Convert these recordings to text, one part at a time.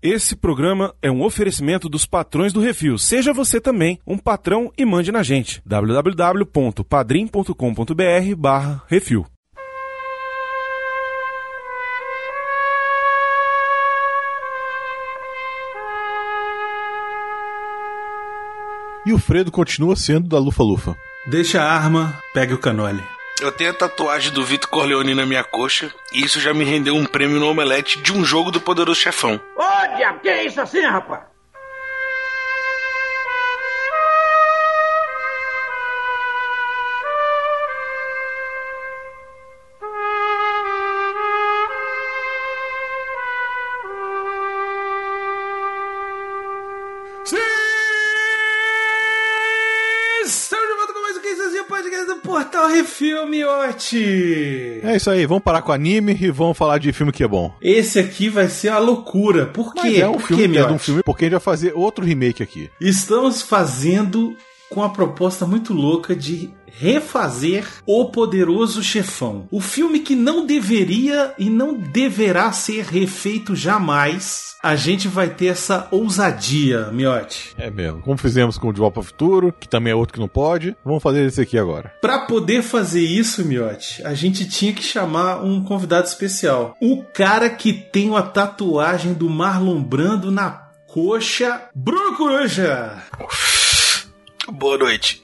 Esse programa é um oferecimento dos patrões do Refil. Seja você também um patrão e mande na gente. www.padrim.com.br barra Refil. E o Fredo continua sendo da Lufa-Lufa. Deixa a arma, pegue o canole. Eu tenho a tatuagem do Vitor Corleone na minha coxa e isso já me rendeu um prêmio no Omelete de um jogo do Poderoso Chefão. Ô, diabo, que é isso assim, rapaz? Estamos de volta com mais um Quinzezinho Podcast do Portal Refilmiote. É isso aí, vamos parar com anime e vamos falar de filme que é bom. Esse aqui vai ser uma loucura. Por Mas quê? é um Por filme quê, que é de um Miotti? filme, porque a gente vai fazer outro remake aqui. Estamos fazendo com a proposta muito louca de refazer O Poderoso Chefão. O filme que não deveria e não deverá ser refeito jamais. A gente vai ter essa ousadia, Miotti. É mesmo. Como fizemos com o Drop of Futuro, que também é outro que não pode. Vamos fazer esse aqui agora. Pra poder fazer isso, Miotti, a gente tinha que chamar um convidado especial. O cara que tem uma tatuagem do Marlon Brando na coxa. Bruno Coruja! Boa noite.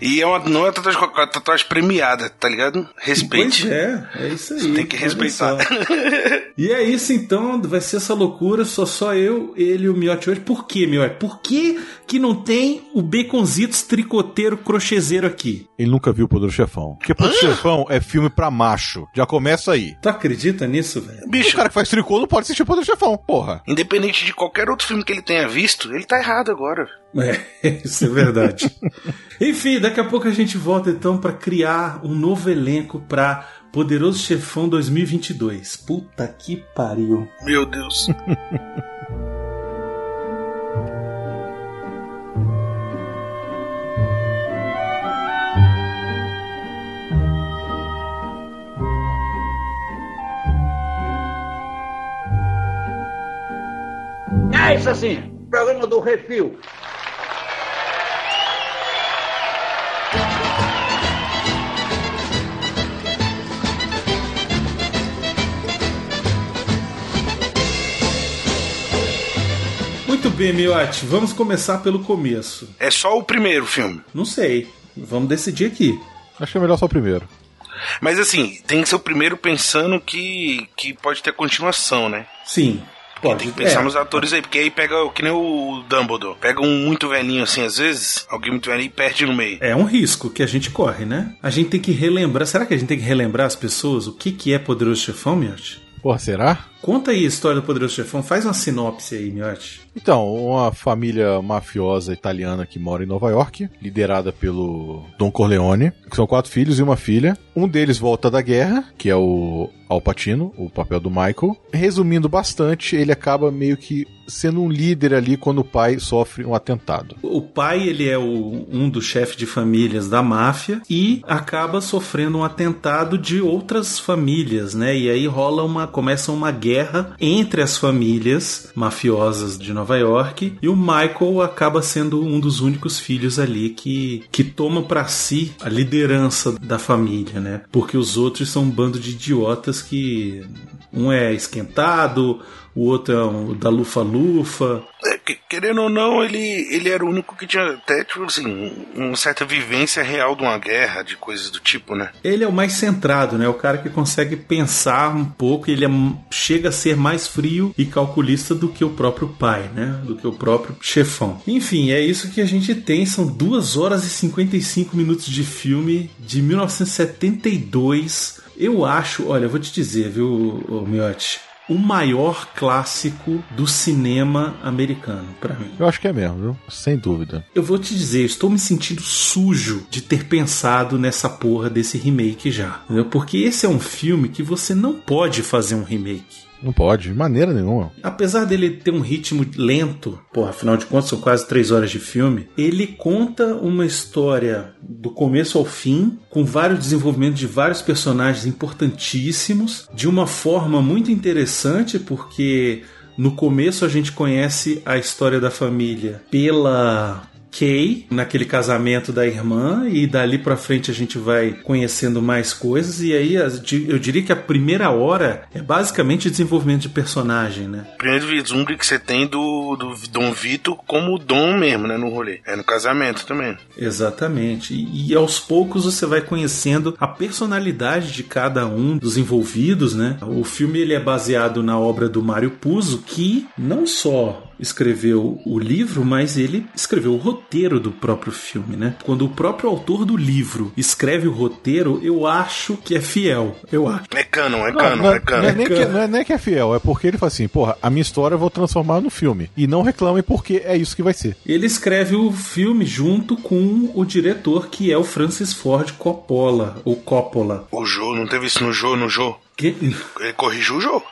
e é uma, não é uma tatuagem, qualquer, é uma tatuagem premiada, tá ligado? Respeite. Pois é, é isso aí. Você tem que Olha respeitar. só. e é isso então, vai ser essa loucura, só só eu, ele e o Miotti hoje. Por que, Miotti? Por que que não tem o baconzitos tricoteiro crochêzeiro aqui? Ele nunca viu o Poder do Chefão. Porque Poder do Chefão é filme pra macho. Já começa aí. Tu acredita nisso, velho? O Bicho, cara que faz tricô não pode assistir o Poder do Chefão, porra. independente de qualquer outro filme que ele tenha visto, ele tá errado agora. É, isso é verdade. Enfim, daqui a pouco a gente volta então pra criar um novo elenco pra Poderoso Chefão 2022. Puta que pariu. Meu Deus. É isso assim, programa do Refil. Muito bem, Miotti, vamos começar pelo começo. É só o primeiro filme. Não sei, vamos decidir aqui. Acho que é melhor só o primeiro. Mas assim, tem que ser o primeiro pensando que, que pode ter continuação, né? Sim. Tem que pensar é. nos atores aí, porque aí pega o que nem o Dumbledore. Pega um muito velhinho assim, às vezes, alguém muito velhinho e perde no meio. É um risco que a gente corre, né? A gente tem que relembrar. Será que a gente tem que relembrar as pessoas o que, que é Poderoso Chefão, Miotti? Porra, será? Conta aí a história do Poderoso Chefão, faz uma sinopse aí, Miotti. Então, uma família mafiosa italiana que mora em Nova York, liderada pelo Don Corleone, que são quatro filhos e uma filha. Um deles volta da guerra, que é o Al Pacino, o papel do Michael. Resumindo bastante, ele acaba meio que sendo um líder ali quando o pai sofre um atentado. O pai, ele é o- um dos chefes de famílias da máfia e acaba sofrendo um atentado de outras famílias, né? E aí rola uma, começa uma guerra entre as famílias mafiosas de Nova York e o Michael acaba sendo um dos únicos filhos ali que, que toma pra si a liderança da família, né? Porque os outros são um bando de idiotas que um é esquentado, o outro é um da lufa-lufa, É, que- Querendo ou não, ele, ele era o único que tinha até, tipo assim, um- uma certa vivência real de uma guerra, de coisas do tipo, né? Ele é o mais centrado, né? O cara que consegue pensar um pouco, ele é m- chega a ser mais frio e calculista do que o próprio pai, né? Do que o próprio chefão. Enfim, é isso que a gente tem. São 2 horas e 55 minutos de filme de 1972. Eu acho, olha, eu vou te dizer, viu, ô, Miotti? O maior clássico do cinema americano, pra mim. Eu acho que é mesmo, viu? Sem dúvida. Eu vou te dizer, eu estou me sentindo sujo de ter pensado nessa porra desse remake já. Entendeu? Porque esse é um filme que você não pode fazer um remake. Não pode, de maneira nenhuma. Apesar dele ter um ritmo lento, pô, afinal de contas são quase três horas de filme, ele conta uma história do começo ao fim, com vários desenvolvimentos de vários personagens importantíssimos, de uma forma muito interessante, porque no começo a gente conhece a história da família pela Kay naquele casamento da irmã e dali pra frente a gente vai conhecendo mais coisas e aí as- di- eu diria que a primeira hora é basicamente desenvolvimento de personagem, né? Primeiro vislumbre que você tem do, do Dom Vito como Dom mesmo, né? No rolê. É no casamento também. Exatamente. E, e aos poucos você vai conhecendo a personalidade de cada um dos envolvidos, né? O filme ele é baseado na obra do Mário Puzo, que não só escreveu o livro, mas ele escreveu o roteiro do próprio filme, né? Quando o próprio autor do livro escreve o roteiro, eu acho que é fiel. Eu acho. É canon, é canon, não, é não é canon. nem que, não é nem que é fiel, é porque ele fala assim, porra, a minha história eu vou transformar no filme. E não reclamem porque é isso que vai ser. Ele escreve o filme junto com o diretor que é o Francis Ford Coppola, ou Coppola. O Jô, não teve isso no Jô, no Jô? Que... Ele corrigiu o Jô.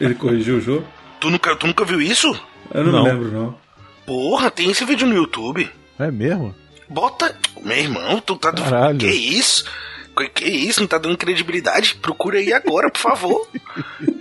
Ele corrigiu o jogo? Tu nunca, tu nunca viu isso? Eu não, Não. lembro, não. Porra, tem esse vídeo no YouTube. É mesmo? Bota. Meu irmão, tu tá. Caralho. Que isso? Que- Que isso? Não tá dando credibilidade? Procura aí agora, por favor.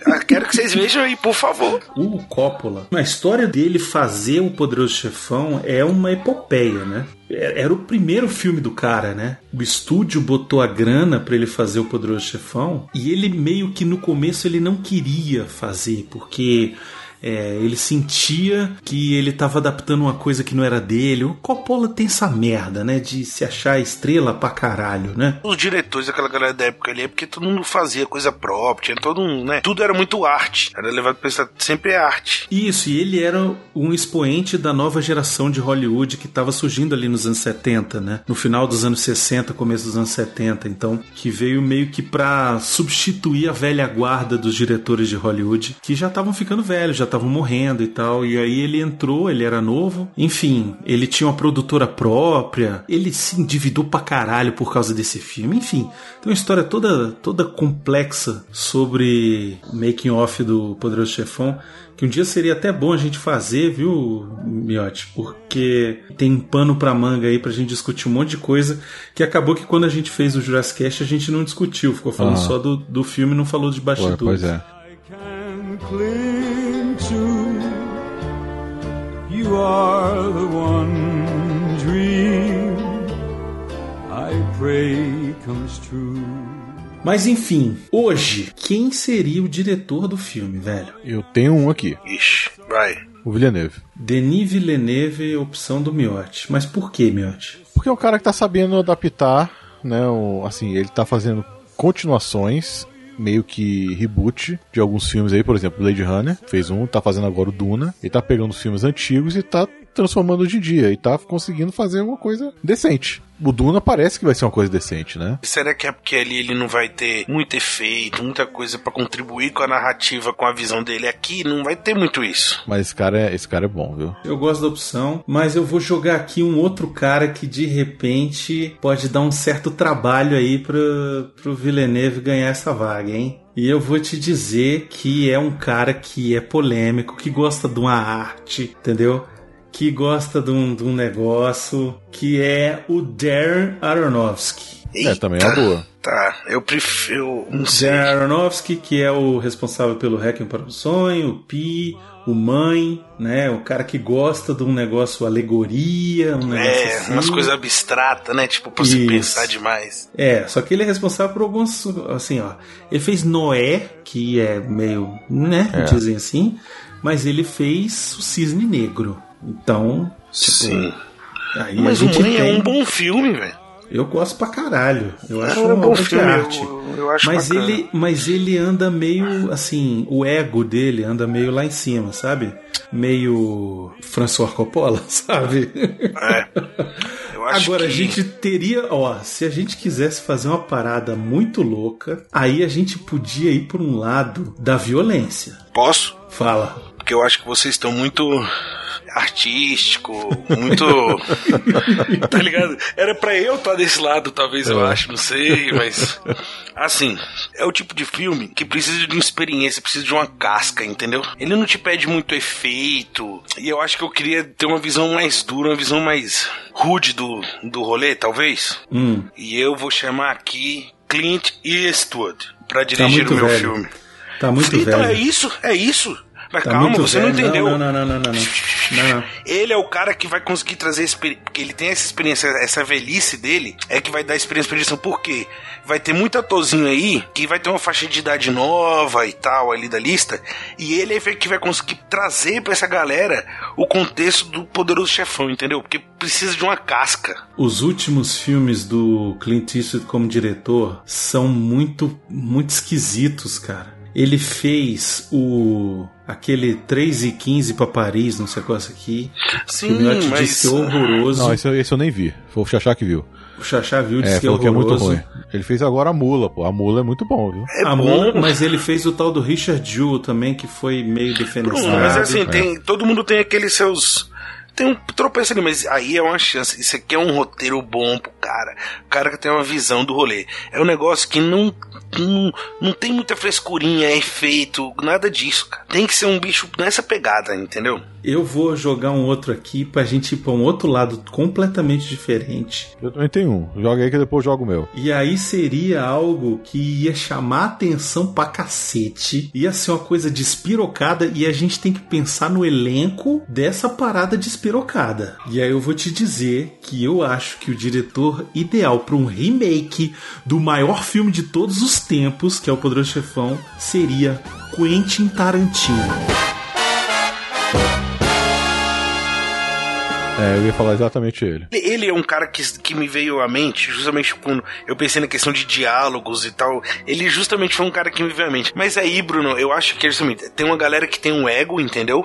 Ah, Quero que vocês vejam aí, por favor. O Coppola. A história dele fazer o Poderoso Chefão é uma epopeia, né? É- Era o primeiro filme do cara, né? O estúdio botou a grana pra ele fazer o Poderoso Chefão e ele meio que no começo ele não queria fazer, porque é, ele sentia que ele estava adaptando uma coisa que não era dele. O Coppola tem essa merda, né? De se achar estrela pra caralho, né? Os diretores daquela galera da época ali é porque todo mundo fazia coisa própria, tinha todo um, né? Tudo era muito arte. Era levado pra pensar, sempre é arte. Isso, e ele era um expoente da nova geração de Hollywood que estava surgindo ali nos anos 70, né? No final dos anos 60, começo dos anos 70, então, que veio meio que pra substituir a velha guarda dos diretores de Hollywood, que já estavam ficando velhos, já estavam morrendo e tal. E aí ele entrou, ele era novo. Enfim, ele tinha uma produtora própria, ele se endividou pra caralho por causa desse filme. Enfim, tem uma história toda toda complexa sobre o making off do Poderoso Chefão, que um dia seria até bom a gente fazer, viu, Miotti? Porque tem um pano pra manga aí pra gente discutir um monte de coisa que acabou que quando a gente fez o Jurassic Cast a gente não discutiu, ficou falando Ah. só do, do filme e não falou de Pô, bastidores. pois é. I can cling to. You are the one dream I pray comes true. Mas enfim, hoje, quem seria o diretor do filme, velho? Eu tenho um aqui, Ixi, vai. o Villeneuve. Denis Villeneuve, opção do Miotti. Mas por que, Miotti? Porque é um cara que tá sabendo adaptar, né? o- assim, ele tá fazendo continuações, meio que reboot de alguns filmes aí, por exemplo, Blade Runner, fez um, tá fazendo agora o Duna, ele tá pegando os filmes antigos e tá transformando hoje em dia, e tá conseguindo fazer uma coisa decente. O Duna parece que vai ser uma coisa decente, né? Será que é porque ali ele não vai ter muito efeito, muita coisa pra contribuir com a narrativa, com a visão dele aqui? Não vai ter muito isso. Mas esse cara é, esse cara é bom, viu? Eu gosto da opção, mas eu vou jogar aqui um outro cara que de repente pode dar um certo trabalho aí pro, pro Villeneuve ganhar essa vaga, hein? E eu vou te dizer que é um cara que é polêmico, que gosta de uma arte, entendeu? Que gosta de um, de um negócio, que é o Darren Aronofsky. É, também é uma boa. Tá, eu prefiro. um eu Não sei. Darren Aronofsky, que é o responsável pelo Hacking para o Sonho, o Pi, o Mãe, né? O cara que gosta de um negócio alegoria, um negócio É, assim. umas coisas abstratas, né? Tipo, pra você Isso. pensar demais. É, só que ele é responsável por alguns, assim, ó. Ele fez Noé, que é meio, né, É. dizem assim, mas ele fez o Cisne Negro. Então, tipo, Sim. aí Mas a o gente Mãe tem... é um bom filme, velho. É Eu gosto pra caralho. Eu acho Era uma obra de arte. eu, eu acho Mas bacana. ele, mas ele anda meio assim, o ego dele anda meio lá em cima, sabe? Meio François Coppola, sabe? É. Eu acho Agora a que- gente teria, ó, se a gente quisesse fazer uma parada muito louca, aí a gente podia ir por um lado da violência. Posso? Fala. Porque eu acho que vocês estão muito artístico, muito. tá ligado? Era pra eu estar desse lado, talvez É. eu acho, não sei, mas. Assim, é o tipo de filme que precisa de uma experiência, precisa de uma casca, entendeu? Ele não te pede muito efeito. E eu acho que eu queria ter uma visão mais dura, uma visão mais rude do, do rolê, talvez. Hum, E eu vou chamar aqui Clint Eastwood pra tá dirigir muito o meu velho. filme. Tá muito então velho. é isso, é isso. Mas Tá calma, muito você velho. não entendeu. Não, não, não, não, não, não. Não, não. Ele é o cara que vai conseguir trazer experiência. Porque ele tem essa experiência, essa velhice dele, é que vai dar experiência pra direção. Por quê? Vai ter muito atorzinho aí que vai ter uma faixa de idade nova e tal ali da lista. E ele é que vai conseguir trazer pra essa galera o contexto do poderoso chefão, entendeu? Porque precisa de uma casca. Os últimos filmes do Clint Eastwood como diretor são muito, muito esquisitos, cara. Ele fez o aquele 3 e 15 pra Paris, não sei qual é esse aqui. Sim, que o Miotti mas. disse que é horroroso. Não, esse, eu- esse eu nem vi. Foi o Xaxá que viu. O Chachá viu disse É, que é falou que é muito horroroso. ruim. Ele fez agora a mula, pô. A mula é muito bom, viu? É A bom, mão, mas ele fez o tal do Richard Jewell também, que foi meio defenestrado. Bruno, mas assim, tem, todo mundo tem aqueles seus. Tem um tropeço ali, mas aí é uma chance. Isso aqui é um roteiro bom pro cara. O cara que tem uma visão do rolê. É um negócio que não, não, não tem muita frescurinha, efeito, nada disso, cara. Tem que ser um bicho nessa pegada, entendeu? Eu vou jogar um outro aqui pra gente ir pra um outro lado completamente diferente. Eu também tenho um. Joga aí que depois eu jogo o meu. E aí seria algo que ia chamar atenção pra cacete, ia ser uma coisa despirocada e a gente tem que pensar no elenco dessa parada despirocada. E aí eu vou te dizer que eu acho que o diretor ideal pra um remake do maior filme de todos os tempos, que é o Poderoso Chefão, seria Quentin Tarantino. É, eu ia falar exatamente ele. Ele- Ele é um cara que, que me veio à mente, justamente quando eu pensei na questão de diálogos e tal. Ele justamente foi um cara que me veio à mente. Mas aí, Bruno, eu acho que é justamente, tem uma galera que tem um ego, entendeu?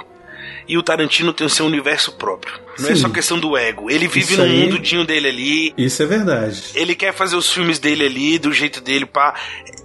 E o Tarantino tem o seu universo próprio. Não é Sim. só questão do ego. Ele vive Isso no aí- mundinho dele ali. Isso é verdade. Ele quer fazer os filmes dele ali, do jeito dele, pá.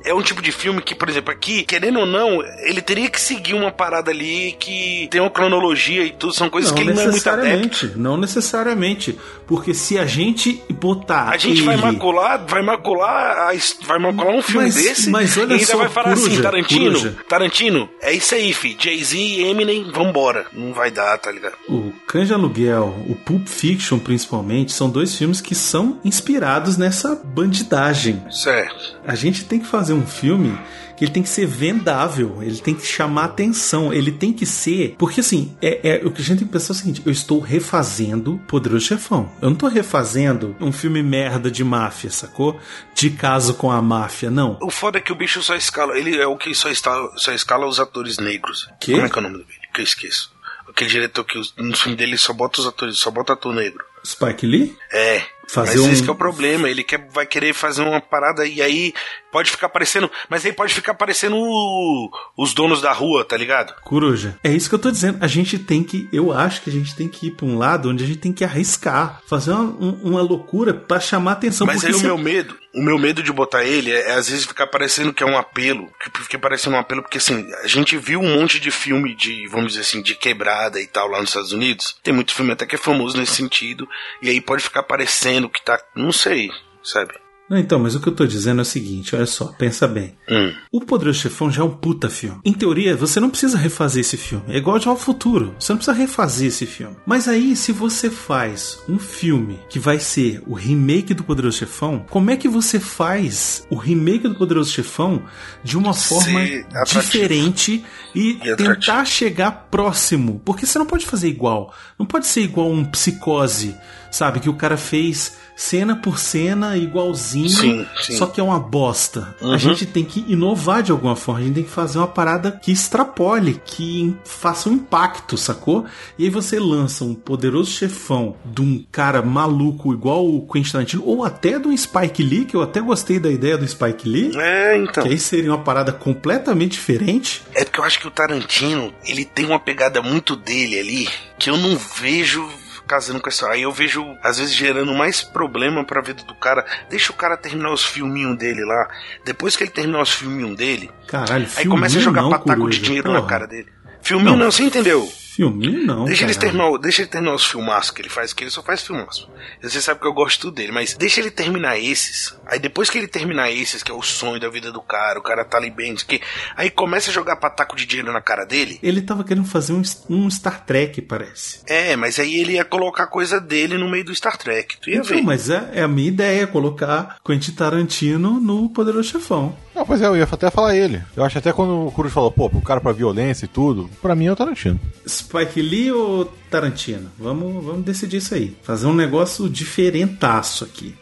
É um tipo de filme que, por exemplo, aqui, querendo ou não, ele teria que seguir uma parada ali que tem uma cronologia e tudo. São coisas que ele não é muito adepto. necessariamente, não necessariamente, porque se a gente botar A gente vai ele- macular, vai macular, a his- vai macular um filme Mas- desse mas olha e ainda só, vai falar assim, coruja, Tarantino, coruja. Tarantino, é isso aí, fi. Jay-Z, Eminem, vambora. Não vai dar, tá ligado? O Canja Aluguel, o Pulp Fiction principalmente, são dois filmes que são inspirados nessa bandidagem. Certo. A gente tem que fazer um filme que ele tem que ser vendável, ele tem que chamar atenção, ele tem que ser. Porque assim, é, é- o que a gente tem que pensar é o seguinte: eu estou refazendo Poderoso Chefão. Eu não estou refazendo um filme merda de máfia, sacou? De caso com a máfia, não. O foda é que o bicho só escala, ele é o que só escala, só escala os atores negros. Quê? Como é que é o nome dele? Que eu esqueço. Aquele diretor que os- no filme dele só bota os atores, só bota ator negro. Spike Lee? É. Fazer mas um- esse que é o problema, ele quer, vai querer fazer uma parada e aí pode ficar parecendo. Mas aí pode ficar parecendo o- os donos da rua, tá ligado? Coruja. É isso que eu tô dizendo. A gente tem que. Eu acho que a gente tem que ir pra um lado onde a gente tem que arriscar. Fazer uma, um- uma loucura pra chamar atenção. Mas porque aí o se- meu medo, o meu medo de botar ele é, é às vezes ficar parecendo que é um apelo, que fica parecendo um apelo porque assim, a gente viu um monte de filme de, vamos dizer assim, de quebrada e tal lá nos Estados Unidos. Tem muito filme até que é famoso nesse sentido, e aí pode ficar parecendo que tá, não sei, sabe? Não, então, mas o que eu tô dizendo é o seguinte: olha só, pensa bem. Hum. O Poderoso Chefão já é um puta filme. Em teoria, você não precisa refazer esse filme. É igual de ao futuro. Você não precisa refazer esse filme. Mas aí, se você faz um filme que vai ser o remake do Poderoso Chefão, como é que você faz o remake do Poderoso Chefão de uma forma atrativo. diferente e, E atrativo. tentar chegar próximo? Porque você não pode fazer igual. Não pode ser igual um psicose, sabe? Que o cara fez cena por cena igualzinho. Sim, sim. Só que é uma bosta. A Uhum. gente tem que inovar de alguma forma. A gente tem que fazer uma parada que extrapole, que faça um impacto, sacou? E aí você lança um poderoso chefão de um cara maluco igual o Quentin Tarantino, ou até de um Spike Lee, que eu até gostei da ideia do Spike Lee. É, então. Que aí seria uma parada completamente diferente. É porque eu acho que o Tarantino, ele tem uma pegada muito dele ali, que eu não vejo casando com essa. Aí eu vejo, às vezes, gerando mais problema pra vida do cara. Deixa o cara terminar os filminhos dele lá. Depois que ele terminar os filminhos dele, Caralho, aí começa a jogar não, pataco coruja, de dinheiro na porra. cara dele. Filminho Não. não, você entendeu? Filminho não. tá Deixa ele, caralho. terminar, o- deixa ele terminar os filmaços que ele faz, que ele só faz filmaço. Você sabe que eu gosto dele, mas deixa ele terminar esses. Aí depois que ele terminar esses, que é o sonho da vida do cara, o cara tá ali bem, não sei o quê, aí começa a jogar pataco de dinheiro na cara dele. Ele tava querendo fazer um, um Star Trek, parece. É, mas aí ele ia colocar a coisa dele no meio do Star Trek. Tu ia Então, ver. mas é, é a minha ideia, colocar Quentin Tarantino no Poderoso Chefão. Não, pois é, eu ia até falar ele. Eu acho até quando o Cruz falou, pô, o cara pra violência e tudo, pra mim é o Tarantino. Spike Lee ou Tarantino? Vamos, vamos decidir isso aí. Fazer um negócio diferentaço aqui.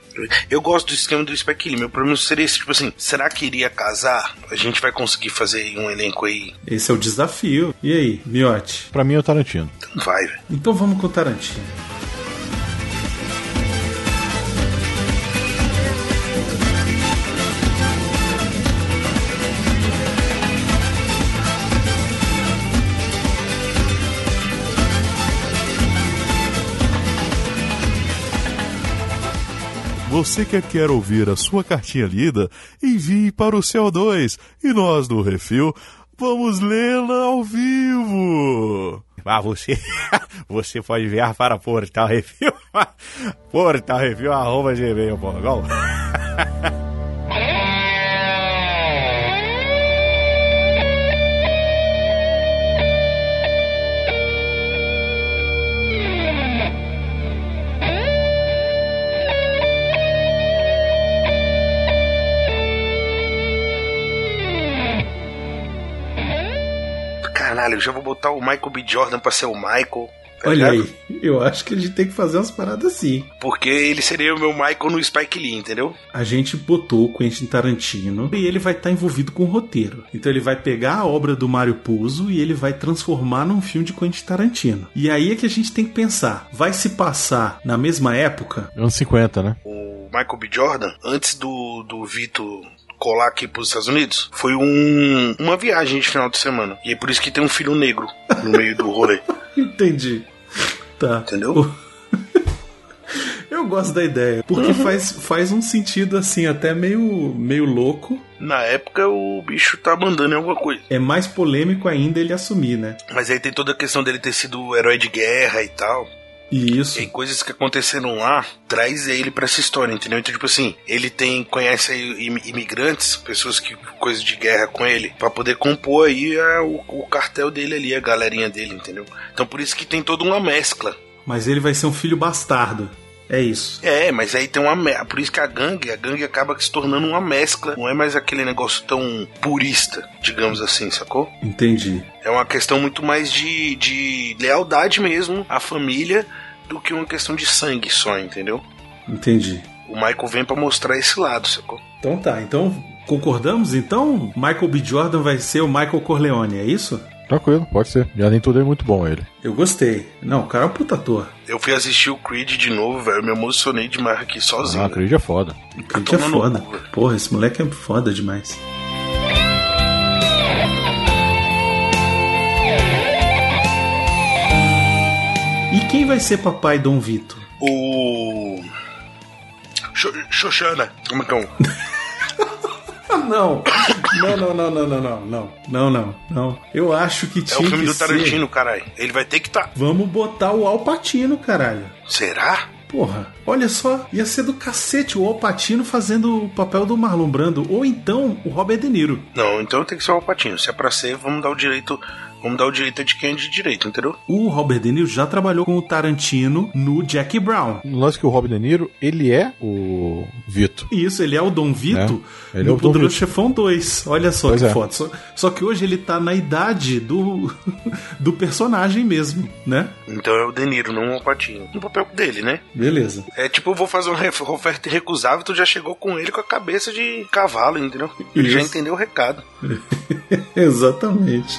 Eu gosto do esquema do Spike Lee. Meu problema seria esse, tipo assim, será que iria casar? A gente vai conseguir fazer um elenco aí? Esse é o desafio. E aí, Miote? Pra mim é o Tarantino. Então vai, velho. Então vamos com o Tarantino. Você que quer ouvir a sua cartinha lida, envie para o CO2 e nós do Refil vamos lê-la ao vivo. Ah, você, você pode enviar para Portal Refil, portal refil tá arroba gmail.com. Caralho, eu já vou botar o Michael B. Jordan pra ser o Michael. tá Olha ligado? aí, eu acho que a gente tem que fazer umas paradas assim. Porque ele seria o meu Michael no Spike Lee, entendeu? A gente botou o Quentin Tarantino e ele vai estar envolvido com o roteiro. Então ele vai pegar a obra do Mário Puzo e ele vai transformar num filme de Quentin Tarantino. E aí é que a gente tem que pensar: vai se passar na mesma época? Anos 50, né? O Michael B. Jordan, antes do, do Vitor colar aqui pros Estados Unidos, foi um, uma viagem de final de semana. E é por isso que tem um filho negro no meio do rolê, Entendi. Tá. entendeu? Eu gosto da ideia, porque faz, faz um sentido assim, até meio, meio louco. Na época o bicho tá mandando em alguma coisa. É mais polêmico ainda ele assumir, né? Mas aí tem toda a questão dele ter sido herói de guerra e tal. E E isso. aí coisas que aconteceram lá, traz ele pra essa história, entendeu? Então, tipo assim, ele tem, conhece aí im- imigrantes, pessoas que coisa de guerra com ele, pra poder compor aí a- o, o cartel dele ali, a galerinha dele, entendeu? Então por isso que tem toda uma mescla. Mas ele vai ser um filho bastardo. É isso. É, mas aí tem uma. me- Por isso que a gangue, a gangue acaba se tornando uma mescla. Não é mais aquele negócio tão purista, digamos assim, sacou? Entendi. É uma questão muito mais de, de lealdade mesmo à família do que uma questão de sangue só, entendeu? Entendi. O Michael vem pra mostrar esse lado, sacou? Então tá, então concordamos? Então Michael B. Jordan vai ser o Michael Corleone, é isso? Tranquilo, pode ser. Já nem tudo é muito bom ele. Eu gostei. Não, o cara é um puta ator. Eu fui assistir o Creed de novo, velho. eu Me emocionei demais aqui sozinho. Ah, Creed é foda. O que é tomando foda. cu, velho. Porra, esse moleque é foda demais. E quem vai ser papai Dom Vito? o. Xo- Xoxana. Como é que é? um? Ah, Não. Não, não, não, não, não, não, não. Não, não, não. Eu acho que É tinha o filme que do ser- Tarantino, caralho. Ele vai ter que tá. Vamos botar o Alpatino, caralho. Será? Porra, olha só, ia ser do cacete o Alpatino fazendo o papel do Marlon Brando, ou então o Robert De Niro. Não, então tem que ser o Alpatino. Se é pra ser, vamos dar o direito. Vamos dar o direito de quem é de direito, entendeu? O Robert De Niro já trabalhou com o Tarantino no Jack Brown. No lance que o Robin De Niro, ele é o Vito. Isso, ele é o Dom Vito É, ele no é o Dom Poderoso Vito. Chefão 2. Olha só Pois que é. foto. Só, só que hoje ele tá na idade do, do personagem mesmo, né? Então é o De Niro, não o Alpatino. No papel dele, né? Beleza. É tipo, eu vou fazer uma ref- oferta irrecusável, tu já chegou com ele com a cabeça de cavalo, entendeu? Ele já Isso. entendeu o recado. Exatamente.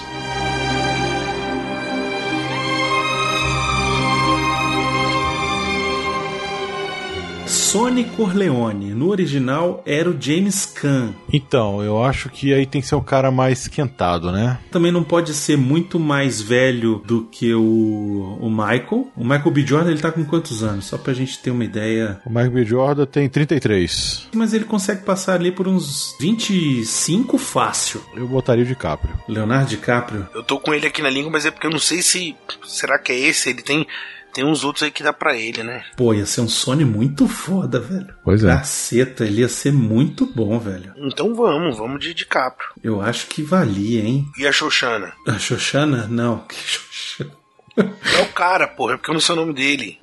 Sonny Corleone. No original era o James Caan. Então, eu acho que aí tem que ser um cara mais esquentado, né? Também não pode ser muito mais velho do que o, o Michael. O Michael B. Jordan, ele tá com quantos anos? Só pra gente ter uma ideia. O Michael B. Jordan tem 33. Mas ele consegue passar ali por uns 25 fácil. Eu botaria o DiCaprio. Leonardo DiCaprio. Eu tô com ele aqui na língua, mas é porque eu não sei se. Será que é esse? Ele tem. Tem uns outros aí que dá pra ele, né? Pô, ia ser um Sony muito foda, velho. Pois é. Caceta, ele ia ser muito bom, velho. Então vamos, vamos de DiCaprio. Eu acho que valia, hein? E a Xoxana? A Xoxana? Não, que Xoxana. É o cara, porra, é porque eu não sei o nome dele.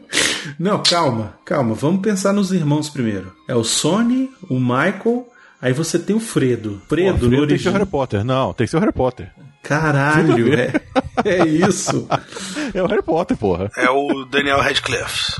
Não, calma, calma. Vamos pensar nos irmãos primeiro. É o Sony, o Michael, aí você tem o Fredo. Pô, Fredo, no Fredo tem que ser o original. Harry Potter. Não, tem que ser o Harry Potter. Caralho, é, é isso. É o Harry Potter, porra. É o Daniel Radcliffe.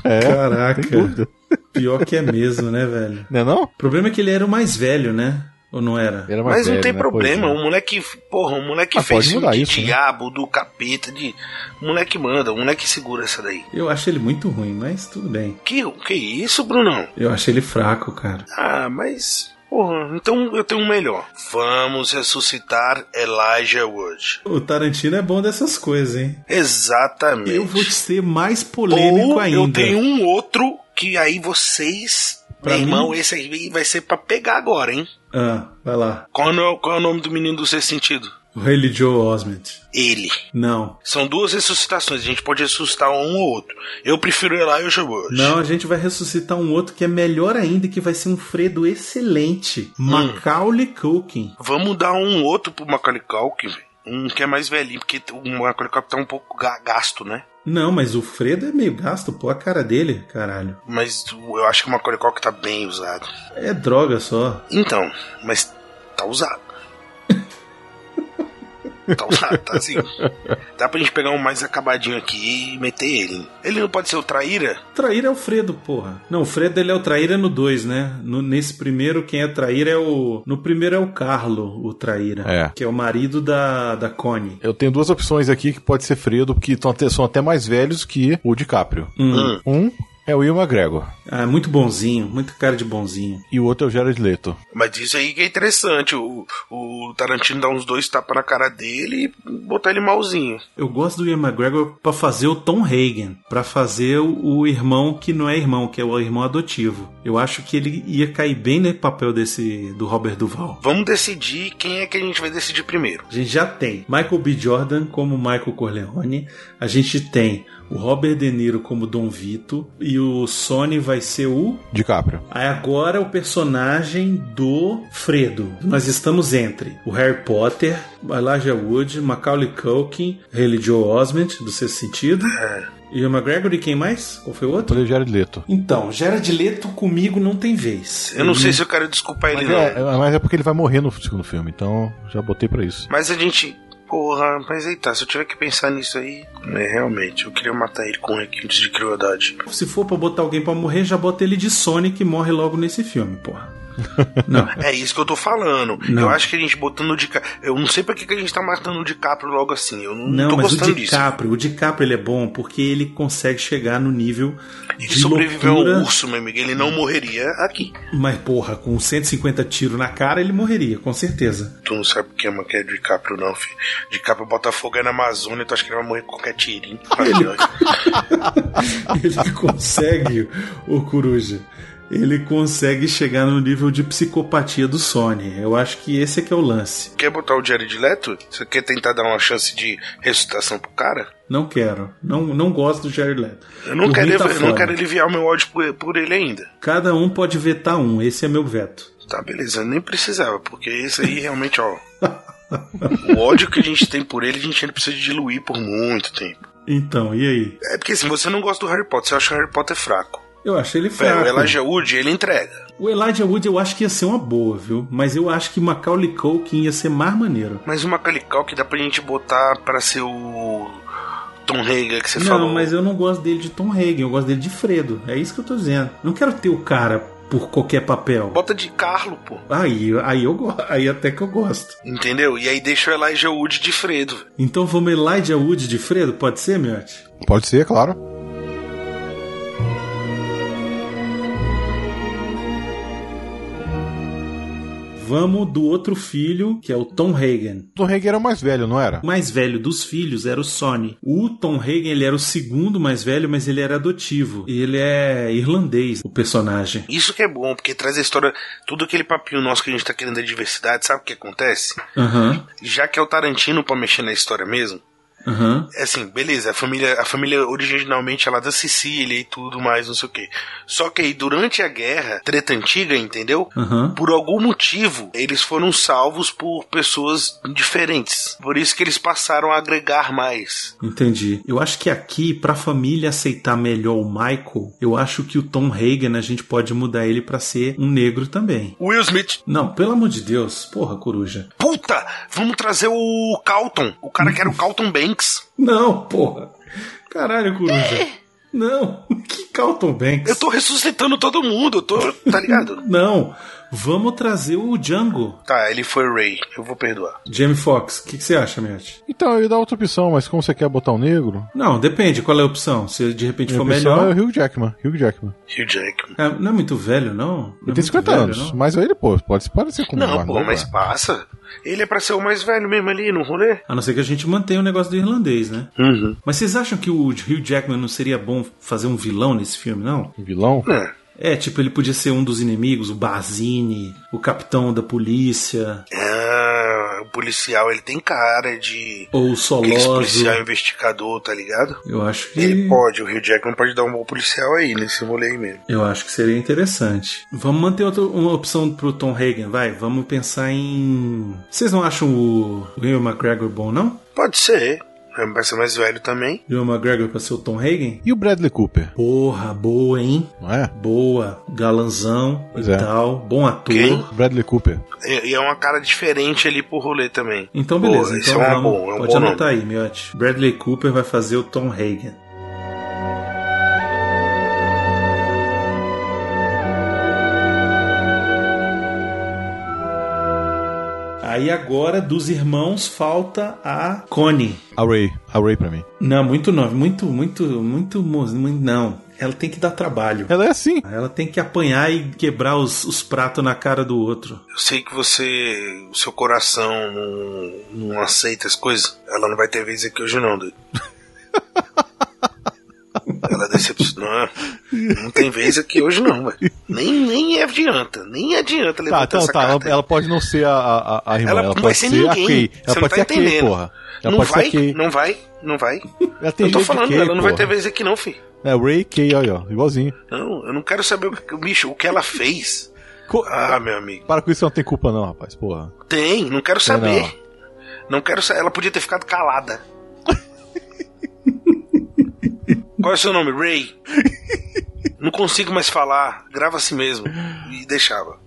É, Caraca. Sem dúvida. Pior que é mesmo, né, velho? Não é não? O problema é que ele era o mais velho, né? Ou não era? Era mais Mas não velho, tem né? problema, um Pois o moleque, porra, o moleque Ah, fez pode filme mudar de isso, né? diabo, do capeta, de. O moleque manda, o moleque segura essa daí. Eu acho ele muito ruim, mas tudo bem. Que, que isso, Brunão? Eu acho ele fraco, cara. Ah, mas. Porra, então eu tenho um melhor. Vamos ressuscitar Elijah Wood. O Tarantino é bom dessas coisas, hein? Exatamente. Eu vou ser mais polêmico Ou ainda. Eu tenho um outro que aí vocês. Pra meu mim- irmão, esse aí vai ser pra pegar agora, hein? Ah, vai lá. Qual é, o- qual é o nome do menino do sexto sentido? O Haley Joe Osment. Ele. Não. São duas ressuscitações, a gente pode ressuscitar um ou outro. Eu prefiro Elijah Wood. Não, a gente vai ressuscitar um outro que é melhor ainda, que vai ser um Fredo excelente. Hum. Macaulay Culkin. Vamos dar um outro pro Macaulay Culkin, velho. um que é mais velhinho, porque o Macaulay Culkin tá um pouco ga- gasto, né? Não, mas o Fredo é meio gasto, pô, a cara dele, caralho. Mas eu acho que o Macaulay Culkin tá bem usado. É droga só. Então, mas tá usado. tá usado, tá assim. Dá pra gente pegar um mais acabadinho aqui e meter ele. Ele não pode ser o traíra? Traíra é o Fredo, porra. Não, o Fredo ele é o traíra no 2, né? No- nesse primeiro, quem é traíra é o. No primeiro é o Carlo, o traíra. É. Que é o marido da, da Connie. Eu tenho duas opções aqui que pode ser Fredo, que tão até- são até mais velhos que o DiCaprio. Hum. Um é o Will McGregor Ah, muito bonzinho, muito cara de bonzinho. e o outro é o Jared Leto. Mas isso aí que é interessante. O, o Tarantino dá uns dois tapas na cara dele e botar ele malzinho. Eu gosto do Ian McGregor pra fazer o Tom Hagen, pra fazer o o irmão que não é irmão, que é o irmão adotivo. Eu acho que ele ia cair bem no papel desse do Robert Duval. Vamos decidir quem é que a gente vai decidir primeiro. A gente já tem Michael B. Jordan como Michael Corleone, a gente tem o Robert De Niro como Dom Vito e o Sony vai ser o DiCaprio. Aí agora o personagem do Fredo. Nós estamos entre o Harry Potter, Elijah Wood, Macaulay Culkin, Haley Joel Osment, do Sexto Sentido, e o McGregor e quem mais? Qual foi o Eu outro? falei o Jared Leto. Então, Gerard Leto comigo não tem vez. Eu não sei se eu quero desculpar ele, Uhum. Mas não. é, é- mas é porque ele vai morrer no segundo filme, então já botei pra isso. Mas a gente. Porra, mas aí tá, se eu tiver que pensar nisso aí. É, realmente, eu queria matar ele com requintes de crueldade. Se for pra botar alguém pra morrer, já bota ele de Sonic que morre logo nesse filme, porra. Não. É isso que eu tô falando. Não. Eu acho que a gente botando o DiCaprio. Eu não sei pra que, que a gente tá matando o DiCaprio logo assim. Eu não, Não, tô mas o gostando disso. DiCaprio, o DiCaprio ele é bom porque ele consegue chegar no nível de Ele sobreviveu loucura. ao urso, meu amigo. Ele não morreria aqui. Mas, porra, com 150 tiros na cara, ele morreria, com certeza. Tu não sabe o que é, mas que é DiCaprio, não, filho. DiCaprio Botafogo é na Amazônia, tu acha que ele vai morrer com qualquer tirinho. né? Ele consegue, o Coruja. Ele consegue chegar no nível de psicopatia do Sony. Eu acho que esse é que é o lance. quer botar o Diário de Leto? Você quer tentar dar uma chance de ressuscitação pro cara? Não quero. Não, não gosto do Jared Leto. Eu não, Por quero, mim tá eu não fora. quero aliviar o meu ódio por, por ele ainda. Cada um pode vetar um. Esse é meu veto. Tá, beleza, eu nem precisava, porque esse aí realmente, ó. o ódio que a gente tem por ele, a gente ainda precisa diluir por muito tempo. Então, e aí? É porque assim, você não gosta do Harry Potter, você acha o Harry Potter é fraco. Eu achei ele Pera, fraco. o Elijah Wood, ele entrega. O Elijah Wood eu acho que ia ser uma boa, viu? Mas eu acho que Macaulay Culkin ia ser mais maneiro. Mas o Macaulay que dá pra gente botar pra ser o Tom Hager que você não, falou. mas eu não gosto dele de Tom Hagen, eu gosto dele de Fredo. É isso que eu tô dizendo. Não quero ter o cara por qualquer papel. Bota de Carlo, pô. Aí, aí eu go- aí até que eu gosto. Entendeu? E aí deixa o Elijah Wood de Fredo. velho. Então vamos Elijah Wood de Fredo, pode ser, Miotti? Pode ser, claro. Vamos do outro filho, que é o Tom Hagen. Tom Hagen era o mais velho, não era? O mais velho dos filhos era o Sonny. O Tom Hagen, ele era o segundo mais velho, mas ele era adotivo. E ele é irlandês, o personagem. Isso que é bom, porque traz a história, tudo aquele papinho nosso que a gente tá querendo da diversidade, sabe o que acontece? Aham, Já que é o Tarantino pra mexer na história mesmo, aham. é assim, beleza, a família, a família originalmente ela é da Sicília e tudo mais, não sei o quê. Só que aí durante a guerra, treta antiga, entendeu? Aham. Por algum motivo, eles foram salvos por pessoas diferentes. Por isso que eles passaram a agregar mais. Entendi. Eu acho que aqui, pra família aceitar melhor o Michael, eu acho que o Tom Hagen a gente pode mudar ele pra ser um negro também. Will Smith, Não, pelo amor de Deus. Porra, coruja. puta, vamos trazer o Calton, o cara que era o Calton Banks. Não, porra. Caralho, coruja. Não, que Carlton Banks. Eu tô ressuscitando todo mundo, eu tô, tá ligado? Não, vamos trazer o Django. Tá, ele foi Ray, eu vou perdoar. Jamie Foxx, o que, que você acha, Miotti? Então, eu ia dar outra opção, mas como você quer botar o negro? Não, depende, qual é a opção? Se de repente Minha for opção melhor... é o Hugh Jackman. Hugh Jackman. Hugh Jackman. Ah, não é muito velho, não? Não é Ele muito tem 50 velho, anos, não? mas ele, pô, pode se parecer com o Não, Marlon pô, Brando. mas passa. Ele é pra ser o mais velho mesmo ali no rolê. A não ser que a gente mantenha o negócio do irlandês, né? Uhum. Mas vocês acham que o Hugh Jackman não seria bom fazer um vilão nesse filme, não? um Vilão? É. É, tipo, ele podia ser um dos inimigos, o Barzini, o capitão da polícia, Ah, o policial, ele tem cara de. ou o Aquele Soloso. policial investigador, tá ligado? Eu acho que. Ele pode, o Rio Jackman pode dar um bom policial aí nesse rolê aí mesmo. Eu acho que seria interessante. Vamos manter outra, uma opção pro Tom Hagen, vai? Vamos pensar em. Vocês não acham o o Ewan McGregor bom, não? Pode ser. é, Vai ser mais velho também. Ewan McGregor pra ser o Tom Hagen? E o Bradley Cooper, Porra, boa, hein? não é? Boa, galanzão Pois e é. tal, bom ator. Quem? Bradley Cooper. E e é uma cara diferente ali pro rolê também. Então, Pô, beleza. esse então, é um vamos, bom, é um pode bom anotar aí, Miotti. Bradley Cooper vai fazer o Tom Hagen. Aí agora, dos irmãos, falta a Connie. A Ray. A Ray pra mim. Não, muito nova, muito, muito, muito, mo- muito. Não, ela tem que dar trabalho. Ela é assim. Ela tem que apanhar e quebrar os, os pratos na cara do outro. Eu sei que você. O seu coração não, não aceita as coisas. Ela não vai ter vez aqui hoje, não, doido. Ela é decepcionou. Não tem vez aqui hoje, não, velho. Nem, nem adianta. Nem adianta Tá, levantar então essa tá. Ela, carta. aí. ela pode não ser a, a, a- a irmã, Ela ela, não vai pode ser ser, a ninguém. Kay. Você Ela não pode tá ser a Kay, entendendo. porra. Ela não pode vai, ser a Kay. não vai, não vai. Ela tem Eu jeito tô de falando, Kay, ela não vai porra. ter vez aqui, não, filho. É, Ray Kay, aí, ó. Igualzinho. Não, eu não quero saber o que, bicho, o que ela fez. Co- Ah, meu amigo. Para com isso, não tem culpa, não, rapaz. Porra. Tem, não quero Tem, saber. não. Não quero saber. Ela podia ter ficado calada. Qual é o seu nome? Ray. Não consigo mais falar. Grava assim mesmo. E deixava.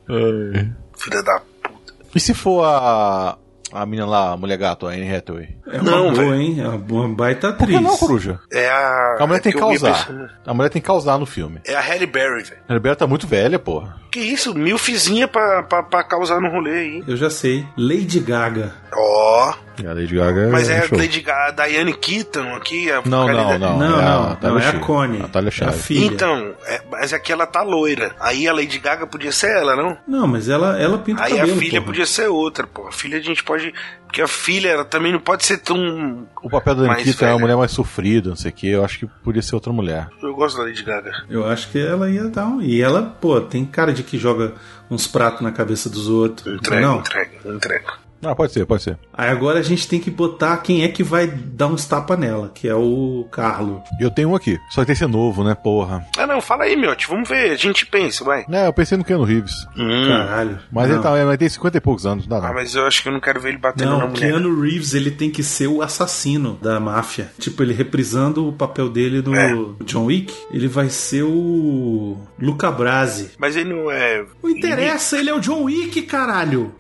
Filha da puta. E se for a. A menina lá, a mulher gato, a Anne Hathaway? É uma Não, boa, velho. hein? É uma boa- uma baita Por atriz. que não, coruja? É a. A mulher é tem que eu me causar. perce- A mulher tem que causar no filme. É a Halle Berry, velho. A Roberta tá muito velha, porra. Que isso? Milfizinha pra, pra, pra causar no rolê aí. Eu já sei. Lady Gaga. Ó. E a Lady Gaga. Mas é a show. Lady Gaga, a Diane Keaton aqui, a Não, vocalidade- não, não. Não, é a não, Natália não, é a Shire. Connie. Natália É a Shire. filha. Então, é- mas aqui ela tá loira. Aí a Lady Gaga podia ser ela, não? Não, mas ela, ela pinta o Aí cabelo, a filha porra. podia ser outra, pô. A filha a gente pode. Porque a filha ela também não pode ser tão. O papel da Mais Nikita é uma velha. mulher mais sofrida, não sei o que. Eu acho que podia ser outra mulher. Eu gosto da Lady Gaga. Eu acho que ela ia dar um... E ela, pô, tem cara de que joga uns pratos na cabeça dos outros. é Entrega, não? entrega, entrega. Ah, pode ser, pode ser. Aí agora a gente tem que botar quem é que vai dar uns tapas nela, que é o Carlo. E eu tenho um aqui. Só que tem que ser novo, né, porra. Ah, não, fala aí, Miotti. Vamos ver. A gente pensa, vai. É, eu pensei no Keanu Reeves. Hum. Caralho. Mas ele, não. tá, ele tem 50 e poucos anos, não dá Ah, não. mas eu acho que eu não quero ver ele batendo na Não, mulher. Keanu Reeves ele tem que ser o assassino da máfia. Tipo, ele reprisando o papel dele do É. John Wick, ele vai ser o Luca Brasi. Mas ele não é. Não interessa, ele é o John Wick, caralho!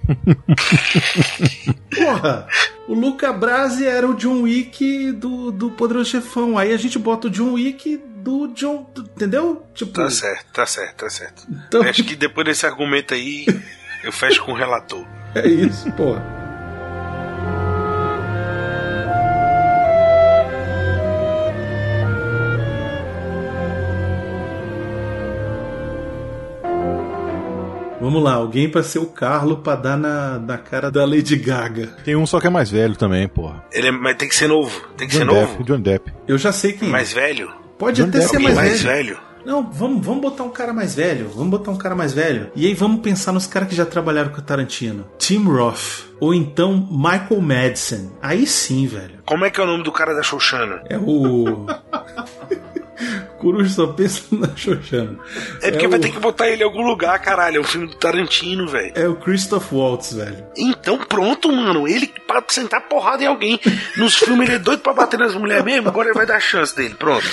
Porra! O Luca Brasi era o John Wick do, do Poderoso Chefão. Aí a gente bota o John Wick do John. do- entendeu? Tipo. Tá certo, tá certo, tá certo. então- Acho que depois desse argumento aí, eu fecho com o relator. É isso, porra. Vamos lá, alguém pra ser o Carlo pra dar na, na cara da Lady Gaga. Tem um só que é mais velho também, porra. Ele é- mas tem que ser novo. Tem que ser Johnny Depp, novo. Johnny Depp. Eu já sei quem é. Mais velho. Pode Johnny até Depp. ser Alguém é mais, mais velho. velho. Não, vamos, vamos botar um cara mais velho. Vamos botar um cara mais velho. E aí vamos pensar nos caras que já trabalharam com o Tarantino. Tim Roth. Ou então Michael Madsen. Aí sim, velho. Como é que é o nome do cara da Xoxana? É o. Coruja só pensa na Xoxana. É porque o... vai ter que botar ele em algum lugar, caralho. É um filme do Tarantino, velho. É o Christoph Waltz, velho. Então pronto, mano. Ele pra sentar porrada em alguém. Nos filmes ele é doido pra bater nas mulheres mesmo, agora ele vai dar chance dele, pronto.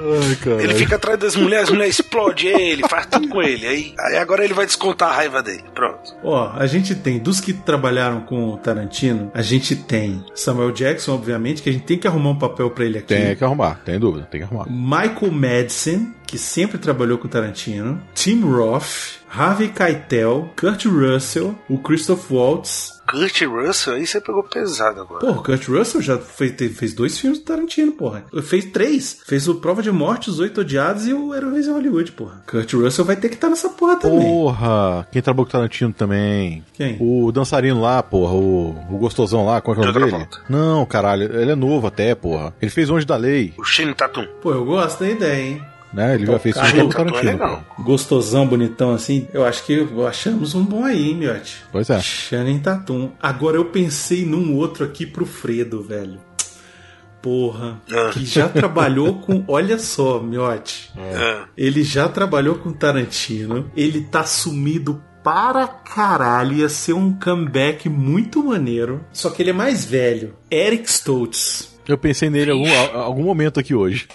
Ai, cara. Ele fica atrás das mulheres, as mulheres explodem É ele, faz tudo com ele. Aí, aí agora ele vai descontar a raiva dele, pronto. Ó, a gente tem, dos que trabalharam com o Tarantino, a gente tem Samuel Jackson, obviamente, que a gente tem que arrumar um papel pra ele aqui. Tem que arrumar, tem dúvida, tem que Hum, arrumar. Michael Madsen, que sempre trabalhou com o Tarantino, Tim Roth, Harvey Keitel, Kurt Russell, o Christoph Waltz. Kurt Russell, aí você pegou pesado agora. Porra, o Kurt Russell já fez, te- fez dois filmes do Tarantino, porra. Fez três. Fez o Prova de Morte, Os Oito Odiados e o Heróis em Hollywood, porra. Kurt Russell vai ter que estar nessa porra também. Porra, quem trabalhou com o Tarantino também. Quem? O dançarino lá, porra, o, o gostosão lá, qual é que é o John nome dele? Travolta. Não, caralho, ele é novo até, porra. Ele fez Longe da Lei, O Shane Tatum. Pô, eu gosto da ideia, hein? né? Ele já fez cara, filme com o é cara, Tarantino, legal. porra. Gostosão, bonitão assim. Eu acho que achamos um bom aí, hein, miote? Pois é. Shannon Tatum. Agora eu pensei num outro aqui pro Fredo, velho. Porra. Ah. Que já trabalhou com. Olha só, miote. Ah, Ele já trabalhou com Tarantino. Ele tá sumido para caralho. Ia ser um comeback muito maneiro. Só que ele é mais velho. Eric Stoltz. Eu pensei nele em algum, a- algum momento aqui hoje.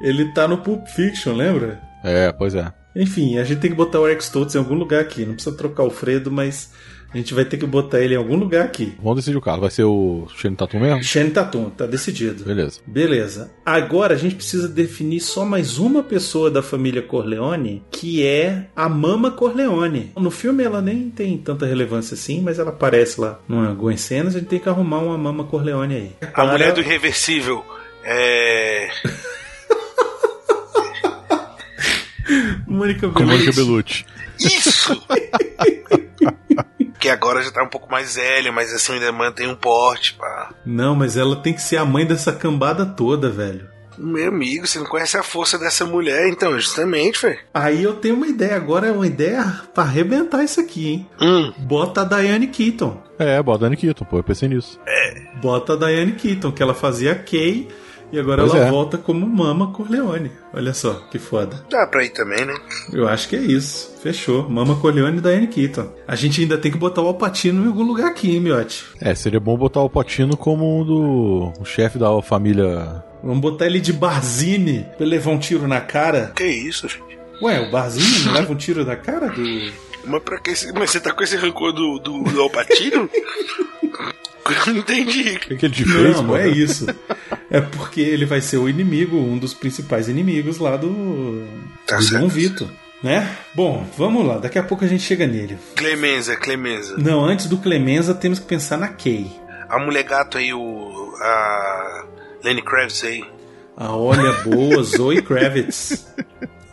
Ele tá no Pulp Fiction, lembra? É, pois é. Enfim, a gente tem que botar o Eric Stoltz em algum lugar aqui. Não precisa trocar o Fredo, mas a gente vai ter que botar ele em algum lugar aqui. Vamos decidir o carro. Vai ser o Shane Tatum mesmo? Shane Tatum, tá decidido. Beleza. Beleza. Agora a gente precisa definir só mais uma pessoa da família Corleone, que é a Mama Corleone. No filme ela nem tem tanta relevância assim, mas ela aparece lá em algumas cenas. A gente tem que arrumar uma Mama Corleone aí. a mulher do irreversível. É. Mônica Com Mônica Bellucci. Bellucci. Isso! que agora já tá um pouco mais velha, mas assim ainda mantém um porte, pá. Não, mas ela tem que ser a mãe dessa cambada toda, velho. Meu amigo, você não conhece a força dessa mulher, então, justamente, velho. Aí eu tenho uma ideia, agora é uma ideia pra arrebentar isso aqui, hein? Hum. Bota a Diane Keaton. É, bota a Annie Keaton, pô. Eu pensei nisso. Bota a Diane Keaton, que ela fazia Kay e agora Pois ela é. volta como Mama Corleone. Olha só, que foda. Dá pra ir também, né? Eu acho que é isso. Fechou. Mama Corleone e Diane Keaton. A gente ainda tem que botar o Alpatino em algum lugar aqui, hein, Miote? É, seria bom botar o Patino como um do, o chefe da família. Vamos botar ele de Barzini pra ele levar um tiro na cara. Que isso, gente. Ué, o Barzini não leva um tiro na cara do. Mas pra que esse... Mas você tá com esse rancor do, do, do Alpatino? Eu não entendi. O que, que ele te fez, Não, não pô? é isso. É porque ele vai ser o inimigo, um dos principais inimigos lá do. Tá do João certo. Vitor. Né? Bom, vamos lá, daqui a pouco a gente chega nele. Clemenza, Clemenza. Não, antes do Clemenza temos que pensar na Kay. A mulher gato aí, o. A. Lenny Kravitz aí. A Ah, olha boa, Zoe Kravitz.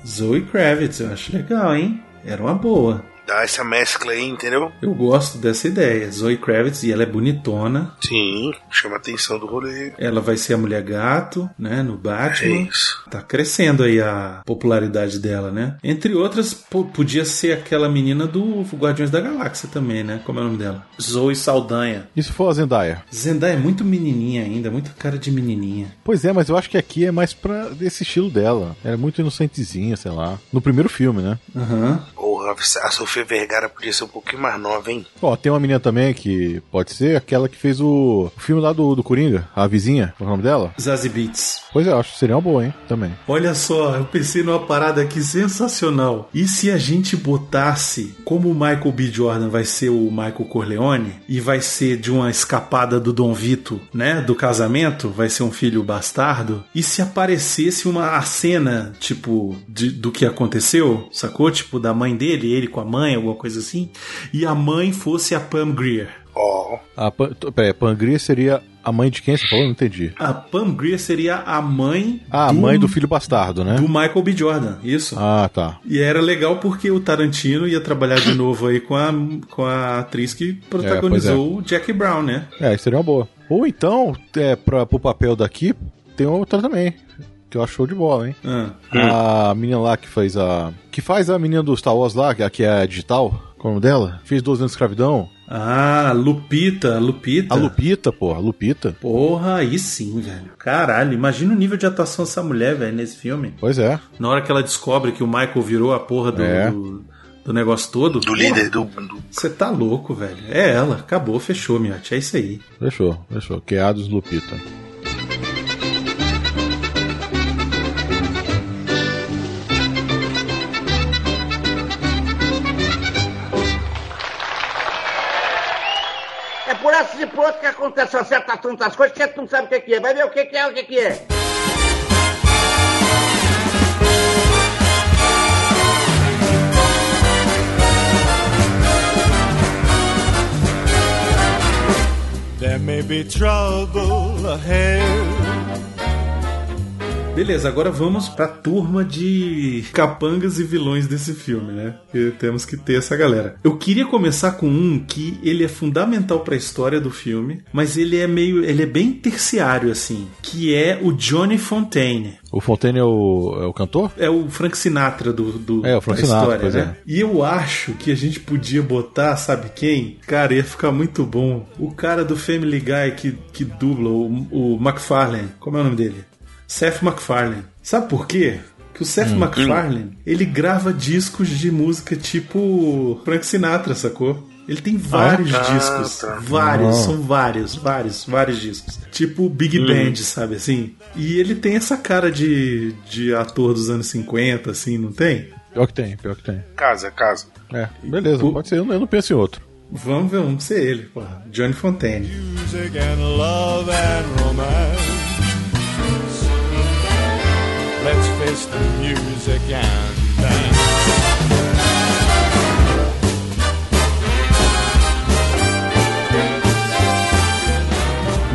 Zoe Kravitz, eu acho legal, hein? Era uma boa. Dá essa mescla aí, entendeu? Eu gosto dessa ideia. Zoe Kravitz, e ela é bonitona. Sim, chama a atenção do rolê. Ela vai ser a mulher gato, né? No É Batman. isso. Tá crescendo aí a popularidade dela, né? Entre outras, po- podia ser aquela menina do Guardiões da Galáxia também, né? Como é o nome dela? Zoe Saldanha. E se for a Zendaya? Zendaya é muito menininha ainda, muito cara de menininha. Pois é, mas eu acho que aqui é mais pra desse estilo dela. Ela é muito inocentezinha, sei lá. No primeiro filme, né? Aham. Porra, a Sofia Vergara podia ser um pouquinho mais nova, hein? Ó, tem uma menina também que pode ser aquela que fez o, o filme lá do, do Coringa, a vizinha, qual é o nome dela? Zazie Beats. Pois é, eu acho que seria uma boa, hein? Também. Olha só, eu pensei numa parada aqui sensacional. E se a gente botasse, como o Michael B. Jordan vai ser o Michael Corleone e vai ser de uma escapada do Dom Vito, né, do casamento, vai ser um filho bastardo, e se aparecesse uma a cena, tipo, de- do que aconteceu, sacou? Tipo, da mãe dele dele, ele com a mãe, alguma coisa assim, e a mãe fosse a Pam Greer. Ó. A Pan, t- peraí, a Pangria seria a mãe de quem você falou? Não entendi. A Pam Greer seria a mãe Ah, a mãe do filho bastardo, né? do Michael B. Jordan, isso. Ah, tá. E era legal porque o Tarantino ia trabalhar de novo aí com a, com a atriz que protagonizou o Jack Brown, né? É, seria uma boa. Ou então, é, pra, pro papel daqui, tem outra também. Que eu acho show de bola, hein? Ah, A menina lá que fez a. Que faz a menina do Star Wars lá, que- a que é digital. Qual é o nome dela? Fez 12 anos de escravidão. Ah, Lupita, Lupita. A Lupita, porra, a Lupita. Porra, aí sim, velho. Caralho, imagina o nível de atuação dessa mulher, velho, nesse filme. Pois é. Na hora que ela descobre que o Michael virou a porra do, É. do, do negócio todo. Do líder do, do- Você tá louco, velho. É ela, acabou, fechou, miote. É isso aí. Fechou, fechou. Queados Lupita. É por essas e por outras que acontece uma certa tantas coisas que tu não sabe o que que é. Vai ver o que que é, o que que é. There may be trouble ahead. Beleza, agora vamos pra turma de capangas e vilões desse filme, né? Porque temos que ter essa galera. Eu queria começar com um que ele é fundamental pra história do filme, mas ele é meio, ele é bem terciário assim, que é o Johnny Fontaine. O Fontaine é o, é o cantor? É o Frank Sinatra do, do É, o Frank da Sinatra, história, pois né? E eu acho que a gente podia botar, sabe quem? Cara, ia ficar muito bom. O cara do Family Guy que, que dubla, o, o McFarlane. Como é o nome dele? Seth MacFarlane. Sabe por quê? Que o Hum. Seth MacFarlane, ele grava discos de música tipo Frank Sinatra, sacou? Ele tem vários tá, discos. Vários, Ah. são vários, vários, vários discos. Tipo Big Band, sabe assim? E ele tem essa cara de, de ator dos anos 50, assim, não tem? Pior que tem, pior que tem. Casa, casa. É, beleza, pode ser, eu não, eu não penso em outro. Vamos ver, vamos ser ele, porra. Johnny Fontaine. Music and love and romance. Let's face the music and dance.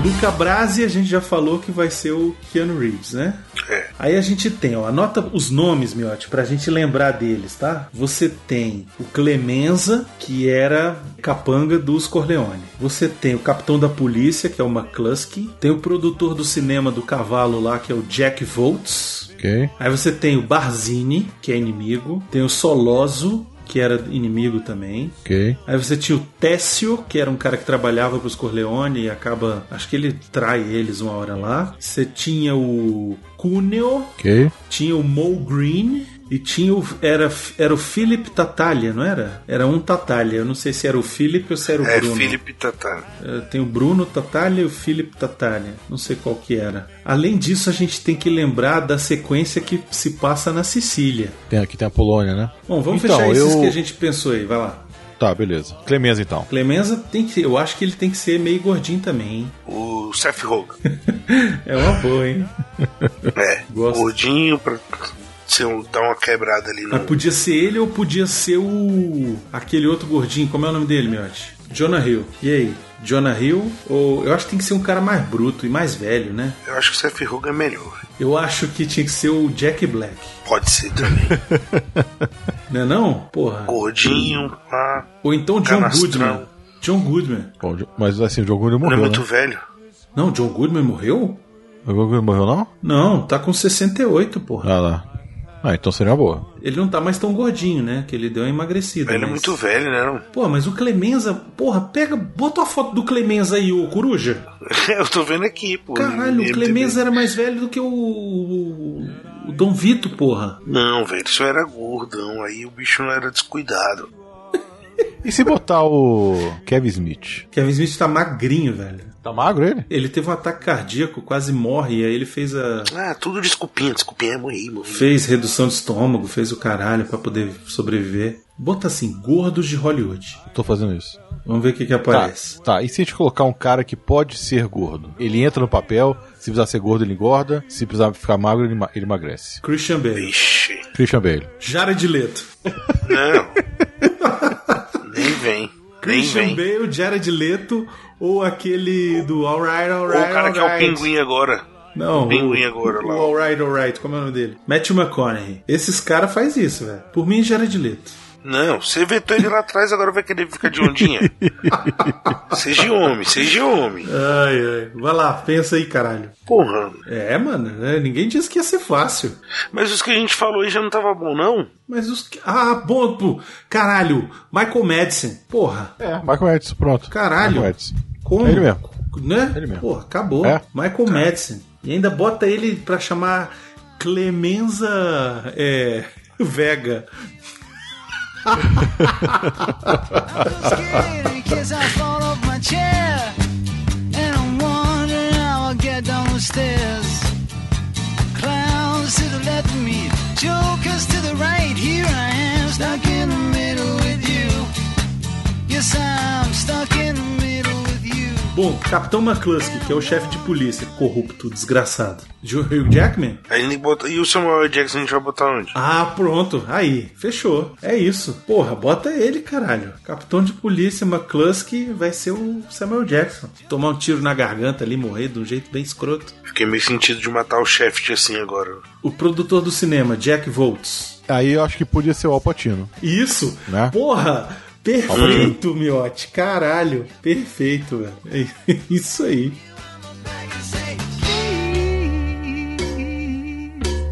Luca Brasi, a gente já falou que vai ser o Keanu Reeves, né? É. Aí a gente tem, ó, anota os nomes, Miotti, pra gente lembrar deles, tá? Você tem o Clemenza, que era capanga dos Corleone. Você tem o capitão da polícia, que é o McCluskey. Tem o produtor do cinema do cavalo lá, que é o Jack Voltz. Ok. Aí você tem o Barzini, que é inimigo. Tem o Soloso, que era inimigo também. Ok. Aí você tinha o Técio, que era um cara que trabalhava pros Corleone e acaba. Acho que ele trai eles uma hora lá. Você tinha o Cuneo, Ok. tinha o Mo Green e tinha o. Era, era o Philip Tatalha, não era? Era um Tatalha. Eu não sei se era o Philip ou se era o É Bruno. Felipe Tatá. Eh, Tem o Bruno Tatalha e o Philip Tatalha. Não sei qual que era. Além disso, a gente tem que lembrar da sequência que se passa na Sicília. Tem, aqui tem a Polônia, né? Bom, vamos Então, fechar esses eu- que a gente pensou aí, vai lá. Tá, beleza. Clemenza então. Clemenza tem que ser, eu acho que ele tem que ser meio gordinho também, hein? O Seth Rogen. É uma boa, hein? É. Gosto. Gordinho pra ser um- dar uma quebrada ali Mas no. podia ser ele ou podia ser o. aquele outro gordinho, como é o nome dele, Miotti? Jonah Hill. E aí? Jonah Hill? Ou. Eu acho que tem que ser um cara mais bruto e mais velho, né? Eu acho que o Seth Rogen é melhor. Eu acho que tinha que ser o Jack Black. Pode ser também. Né não? Porra. Gordinho, pá. Ou então John Canastrão. Goodman. John Goodman. Bom, mas assim, o Diogo Não é morreu, muito né? velho. Não, John Goodman morreu? O Diogo morreu, não? Não, tá com 68, porra. Ah, lá. Ah, então seria uma boa. Ele não tá mais tão gordinho, né? Que ele deu uma emagrecida. Ele é mas- muito velho, né? Não? Pô, mas o Clemenza, porra, pega, bota a foto do Clemenza aí, ô coruja. Eu tô vendo aqui, pô. Caralho, o IMDb. Clemenza era mais velho do que o, o, o Dom Vito, porra. Não, velho, isso era gordão. Aí o bicho não era descuidado. E se botar o Kevin Smith? Kevin Smith tá magrinho, velho. Tá magro ele? Ele teve um ataque cardíaco, quase morre, e aí ele fez a Ah, tudo desculpinha, desculpinha é mãe, mano. fez redução de estômago, fez o caralho pra poder sobreviver. Bota assim, gordos de Hollywood. Tô fazendo isso. Vamos ver o que que Tá, aparece. tá, e se a gente colocar um cara que pode ser gordo? Ele entra no papel, se precisar ser gordo, ele engorda, se precisar ficar magro, ele, ma- ele emagrece. Christian Bale. Vixe. Christian Bale. Jared Leto. Não, vem. Christian Bale, Jared Leto ou aquele do Alright, Ou Alright, o cara que é o Alright. pinguim agora. Não, pinguim o- agora o lá. Alright, Alright, como é o nome dele? Matthew McConaughey. Esses caras faz isso, velho. Por mim, Jared Leto. Não, você vetou ele lá atrás, agora vai querer ficar de ondinha. seja homem, seja homem. Ai, ai. Vai lá, pensa aí, caralho. Porra. É, mano, né? ninguém disse que ia ser fácil. Mas os que a gente falou aí já não tava bom, não? Mas os. que- Ah, bom, pô. Caralho, Michael Madison. Porra, É, Michael Edson, pronto. Caralho. Michael Edson. como? É ele mesmo. Né? Ele mesmo. Porra, acabou. É. Michael Madison. E ainda bota ele pra chamar Clemenza é, Vega. scared because I fall off my chair. And I'm wondering how I'll get down the stairs. Clowns to the left of me, jokers to the right. Here I am, stuck in the middle with you. Yes, I'm stuck in the middle with you. Bom, Capitão McCluskey, que é o chefe de polícia, corrupto, desgraçado. De Hugh Jackman? Aí ele bota... E o Samuel L. Jackson a gente vai botar onde? Ah, pronto. Aí, fechou. É isso. Porra, bota ele, caralho. Capitão de polícia McCluskey vai ser o Samuel Jackson. Tomar um tiro na garganta ali, morrer de um jeito bem escroto. Fiquei meio sentido de matar o chefe assim agora. O produtor do cinema, Jack Voltz. Aí eu acho que podia ser o Alpatino. Isso! Né? Porra! Perfeito, Miotti. Caralho. Perfeito, velho. É Isso aí. back and say, please, please.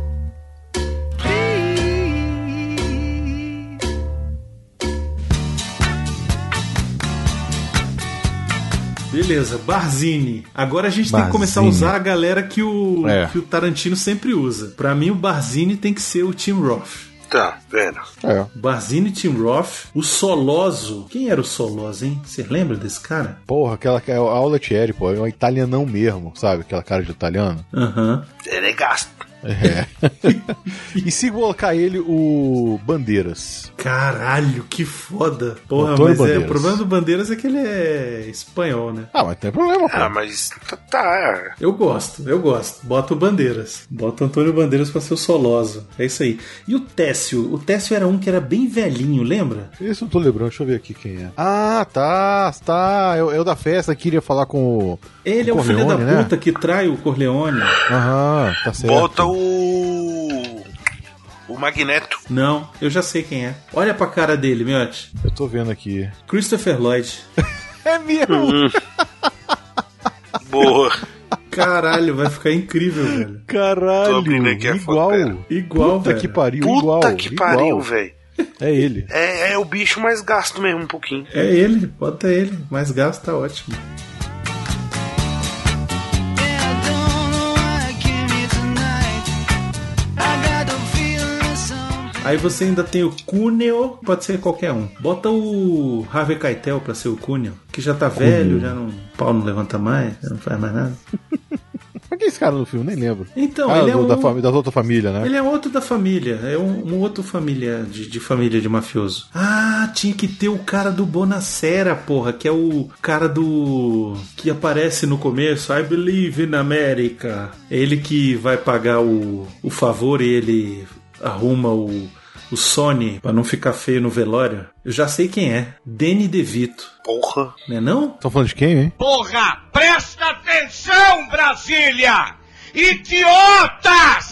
Beleza, Barzini. Agora a gente tem que começar a usar a galera que o, É. que o Tarantino sempre usa. Pra mim, o Barzini tem que ser o Tim Roth. Tá, pera. É. Barzini Tim Roth, o Soloso. Quem era o Soloso, hein? Você lembra desse cara? Porra, aquela que é o Auletieri, pô, é um italianão mesmo, sabe? Aquela cara de italiano. Aham. Ele é gasto. E se colocar ele o Bandeiras? Caralho, que foda. Porra, Antônio mas é, Bandeiras. o problema do Bandeiras é que ele é espanhol, né? Ah, mas não tem problema, pô. Ah, mas... tá, Tá, Eu gosto, eu gosto. Bota o Bandeiras. Bota o Antônio Bandeiras pra ser o Soloso. É isso aí. E o Técio? O Técio era um que era bem velhinho, lembra? Esse eu não tô lembrando, deixa eu ver aqui quem é. Ah, tá, tá. Eu, eu da festa queria falar com o. Ele com é o filho da Corleone, né? puta que trai o Corleone. Aham, tá certo. bota o... O Magneto. Não, eu já sei quem é. Olha pra cara dele, Miotti. Eu tô vendo aqui. Christopher Lloyd. É mesmo? Boa. Caralho, vai ficar incrível, velho. Tô Caralho, abrindo aqui a igual. foto, pera. Igual, Puta velho. que pariu, igual. Puta que igual. pariu, velho. É ele. É, é o bicho mais gasto mesmo, um pouquinho. É ele, bota ele. Mais gasto tá ótimo. Yeah, I don't know why I came here tonight. I got a feeling something. Aí você ainda tem o Cuneo, pode ser qualquer um. Bota o Harvey Keitel pra ser o Cuneo, que já tá Uhum. velho, já não, o pau não levanta mais, já não faz mais nada. Mas quem é esse cara no filme? Nem lembro. Então, ah, ele é do- da, um- fami- da outra família, né? Ele é outro da família, é um, um outro família de, de família de mafioso. Ah, tinha que ter o cara do Bonacera, porra, que é o cara do que aparece no começo, I Believe in America. É ele que vai pagar o, o favor e ele arruma o o Sony pra não ficar feio no velório. Eu já sei quem é. Danny DeVito, Porra. né não? Estão falando de quem, hein?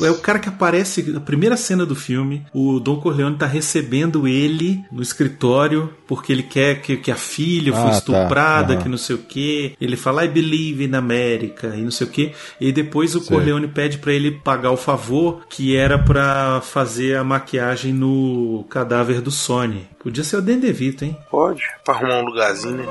É o cara que aparece na primeira cena do filme. O Don Corleone tá recebendo ele no escritório porque ele quer que, que a filha Ah, foi tá. estuprada, Aham. que não sei o que. Ele fala I believe in America e não sei o que. E depois o Corleone pede pra ele pagar o favor que era pra fazer a maquiagem no cadáver do Sony. Podia ser o Dendevito, hein? Pode, pra arrumar um lugarzinho, né?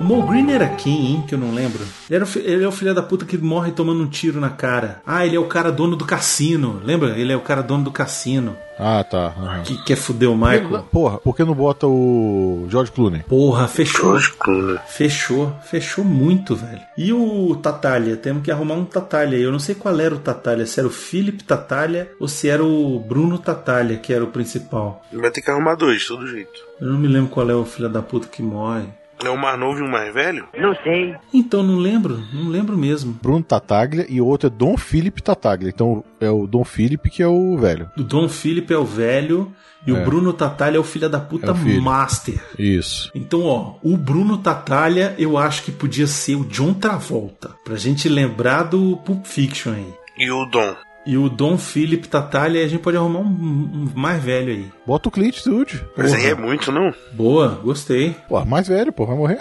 O Mo Green era quem, hein? Que eu não lembro. Ele, era o fi- ele é o filho da puta que morre tomando um tiro na cara. Ah, ele é o cara dono do cassino. Lembra? Ele é o cara dono do cassino. Ah, tá. aham. Que quer fuder o Michael. Porra, por que não bota o George Clooney? Porra, fechou. Lógico, né? Fechou. Fechou muito, velho. E o Tatalha? Temos que arrumar um Tatalha. Eu não sei qual era o Tatalha. Se era o Philip Tatalha ou se era o Bruno Tatalha, que era o principal. Vai ter que arrumar dois, de todo jeito. Eu não me lembro qual é o filho da puta que morre. É o mais novo e o mais velho? Não sei. Então não lembro, não lembro mesmo. Bruno Tataglia e o outro é Dom Felipe Tataglia. Então é o Dom Felipe que é o velho. O Dom Philip é o velho e É. o Bruno Tatalha é o filho da puta É o filho. master. Isso. Então, ó, o Bruno Tatalha eu acho que podia ser o John Travolta, pra gente lembrar do Pulp Fiction aí. E o Dom? E o Dom Philip Tatalha, a gente pode arrumar um, um mais velho aí. Bota o Clint Eastwood. Mas aí é Porra. muito, não? Boa, gostei. Pô, mais velho, pô, vai morrer.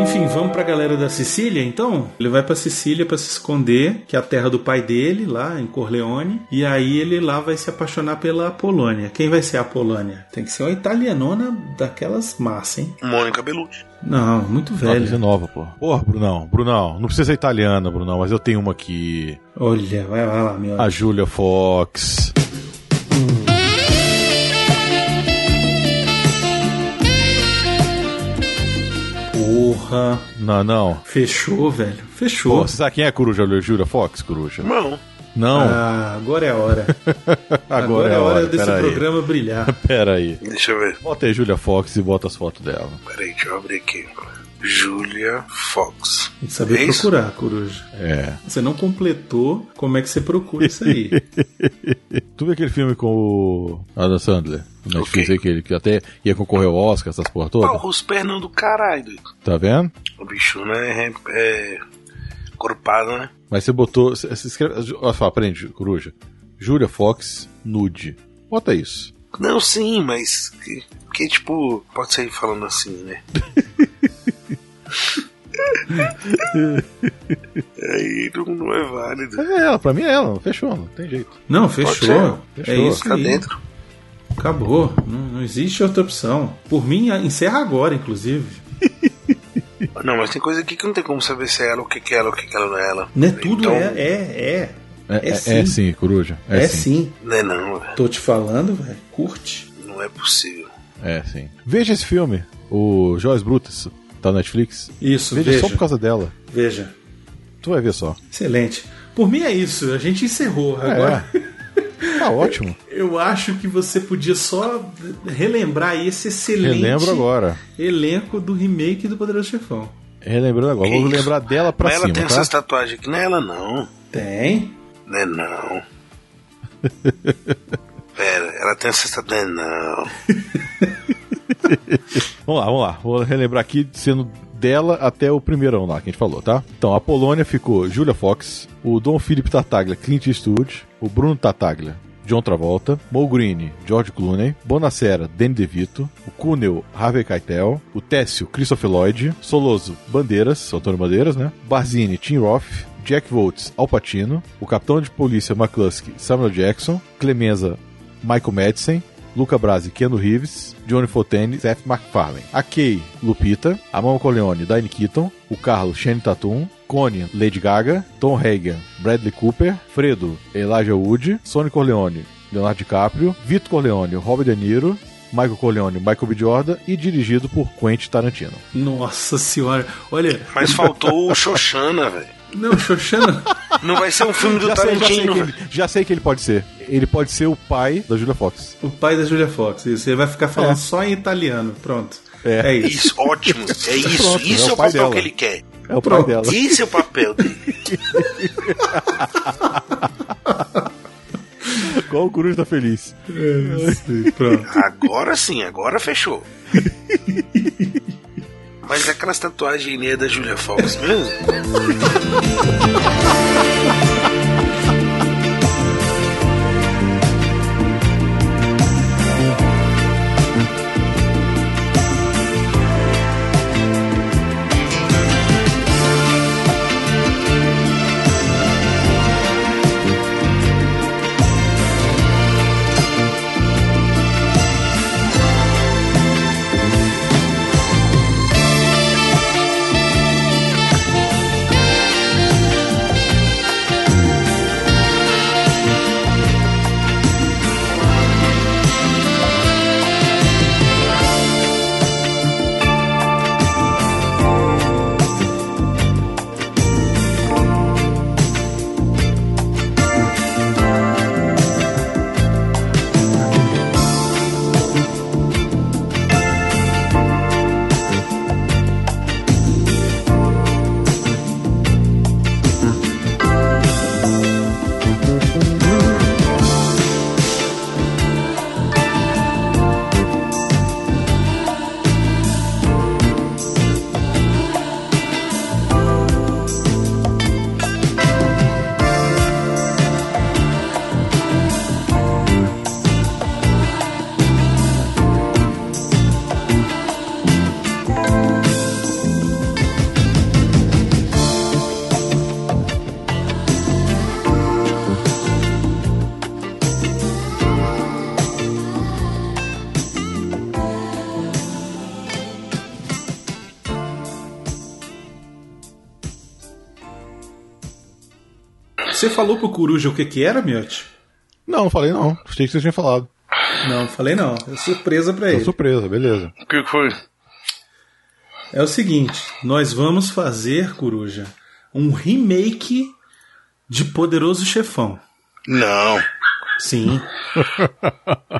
Enfim, vamos pra galera da Sicília, então? Ele vai pra Sicília pra se esconder, que é a terra do pai dele, lá em Corleone. E aí ele lá vai se apaixonar pela Polônia. Quem vai ser a Polônia? Tem que ser uma italianona daquelas massas, hein? Mônica Bellucci. Não, muito Velho. velho. nova, pô. é Porra, Brunão, Brunão, não precisa ser italiana, Brunão, mas eu tenho uma aqui. Olha, vai, vai lá, meu. A Julia Fox. Porra. Não, não. Fechou, velho. Fechou. Pô, você sabe quem é a coruja, Julia Fox, coruja? Não. Não, Ah, agora é a hora. agora, é a hora, desse pera programa brilhar. Aí. Pera aí. Deixa eu ver. Bota aí Julia Fox e bota as fotos dela. Peraí, deixa eu abrir aqui. Julia Fox. Tem que saber É isso? procurar, coruja. É. Você não completou como é que você procura isso aí. Tu viu aquele filme com o Adam Sandler? Não okay. Ok. que ele que até ia concorrer ao Oscar, essas porra todas. né? Porra, os pernas do caralho. doido. Tá vendo? O bicho, né? É. é corpado, né? Mas você botou. Você você escreve. Olha só, aprende, coruja. Julia Fox nude. Bota isso. Não, sim, mas. Que, que, tipo, pode sair falando assim, né? Aí não, não é válido. É ela, pra mim é ela, fechou, não tem jeito. Não, ser, fechou. fechou. É isso Tá aí. dentro. Acabou. Não, não existe outra opção. Por mim, a- encerra agora, inclusive. Não, mas tem coisa aqui que não tem como saber se é ela, o que, que é ela, o que, que ela não é ela. Né? Tudo Então, é, é, é. É É, é- é sim. sim. coruja. É, É, sim. sim. Não é não, velho. Tô te falando, velho. Curte. Não é possível. É sim. Veja esse filme, o Joyce Brutus, tá na Netflix. Isso, Veja, veja. só por causa dela. Veja. Tu vai ver só. Excelente. Por mim é isso. A gente encerrou. Agora, É. Tá ótimo. eu acho que você podia só relembrar aí esse excelente Relembro agora. elenco do remake do Poderoso Chefão. Relembrando agora. Que Vou isso? lembrar dela pra mas cima, ela tem tá? essas tatuagens aqui. Não é ela, não. Tem? Não é não. Pera, ela tem essas tatuagens. Não é não. Vamos lá, vamos lá. Vou relembrar aqui, sendo dela até o primeirão lá que a gente falou, tá? Então, a Polônia ficou Julia Fox, o Dom Philip Tartaglia, Clint Eastwood, o Bruno Tartaglia, John Travolta, Mo Green, George Clooney, Bonacera, Danny DeVito, o Cuneo, Harvey Keitel, o Técio, Christopher Lloyd, Soloso, Bandeiras, Antônio Bandeiras, né? Barzini, Tim Roth, Jack Voltz, Al Pacino, o Capitão de Polícia McCluskey, Samuel Jackson, Clemenza, Michael Madsen, Luca Brasi, Keanu Reeves, Johnny Fotene, Seth MacFarlane. A Kay, Lupita. A Mama Corleone, Diane Keaton. O Carlos, Shane Tatum. Connie, Lady Gaga. Tom Hagen, Bradley Cooper. Fredo, Elijah Wood. Sonic Corleone, Leonardo DiCaprio. Vito Corleone, Robert De Niro. Michael Corleone, Michael B. Jordan. E dirigido por Quentin Tarantino. Nossa senhora. Olha, Mas faltou o Xoxana, velho. não, Xoxana. Não vai ser um filme do Já sei, já, sei Tarantino. que velho. ele, já sei que ele pode ser. Ele pode ser o pai da Julia Fox. O pai da Julia Fox, isso. Ele vai ficar falando É. só em italiano. Pronto. É. É, isso. Isso, ótimo. É isso. Pronto, isso é é o o pai papel dela. que ele quer. É o Pronto. pai dela. Esse é o papel dele. Igual o Coruja tá feliz. Pronto. Agora sim, agora fechou. Mas é aquelas tatuagens aí né, da Julia Fox mesmo? Você falou pro Coruja o que que era, Miotti? Não, não falei não. Achei que vocês tinham falado. Não, falei não. É surpresa pra Tô ele. surpresa, beleza. O que foi? É o seguinte, nós vamos fazer, Coruja, um remake de Poderoso Chefão. Não. Sim,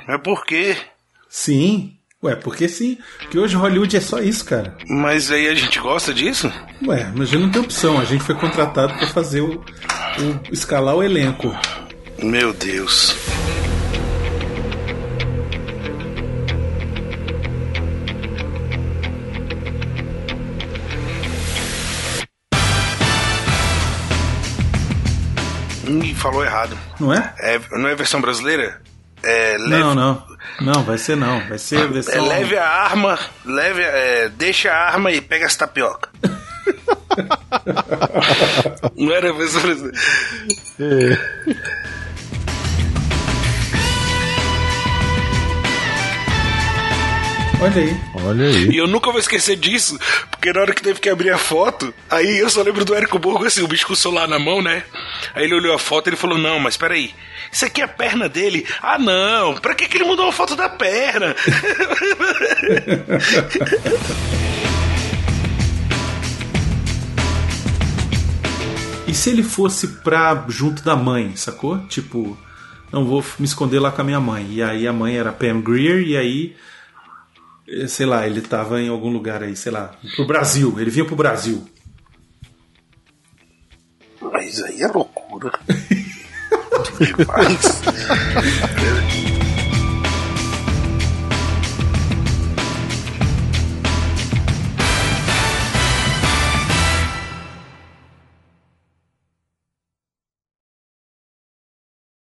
É por quê? sim. Ué, porque sim? Porque hoje Hollywood é só isso, cara. Mas aí a gente gosta disso? Ué, mas já não tem opção. A gente foi contratado pra fazer o, o- escalar o elenco. Meu Deus. Ih, falou errado. Não é? É, não é versão brasileira? É leve, Não, não. Não, vai ser não. Vai ser um- a versão. é, leve a arma, leve, a- é, deixa a arma e pega as tapioca. não era a versão brasileira. Olha aí. Olha aí. E eu nunca vou esquecer disso, porque na hora que teve que abrir a foto, aí eu só lembro do Érico Borgo assim, o bicho com o celular na mão, né? Aí ele olhou a foto e ele falou: Não, mas peraí, isso aqui é a perna dele? Ah, não, pra que, que ele mudou a foto da perna? E se ele fosse pra junto da mãe, sacou? Tipo, não vou me esconder lá com a minha mãe. E aí a mãe era Pam Greer, e aí, eh, sei lá, ele tava em algum lugar aí, sei lá, pro Brasil. Ele vinha pro Brasil. Mas aí é loucura. Demais.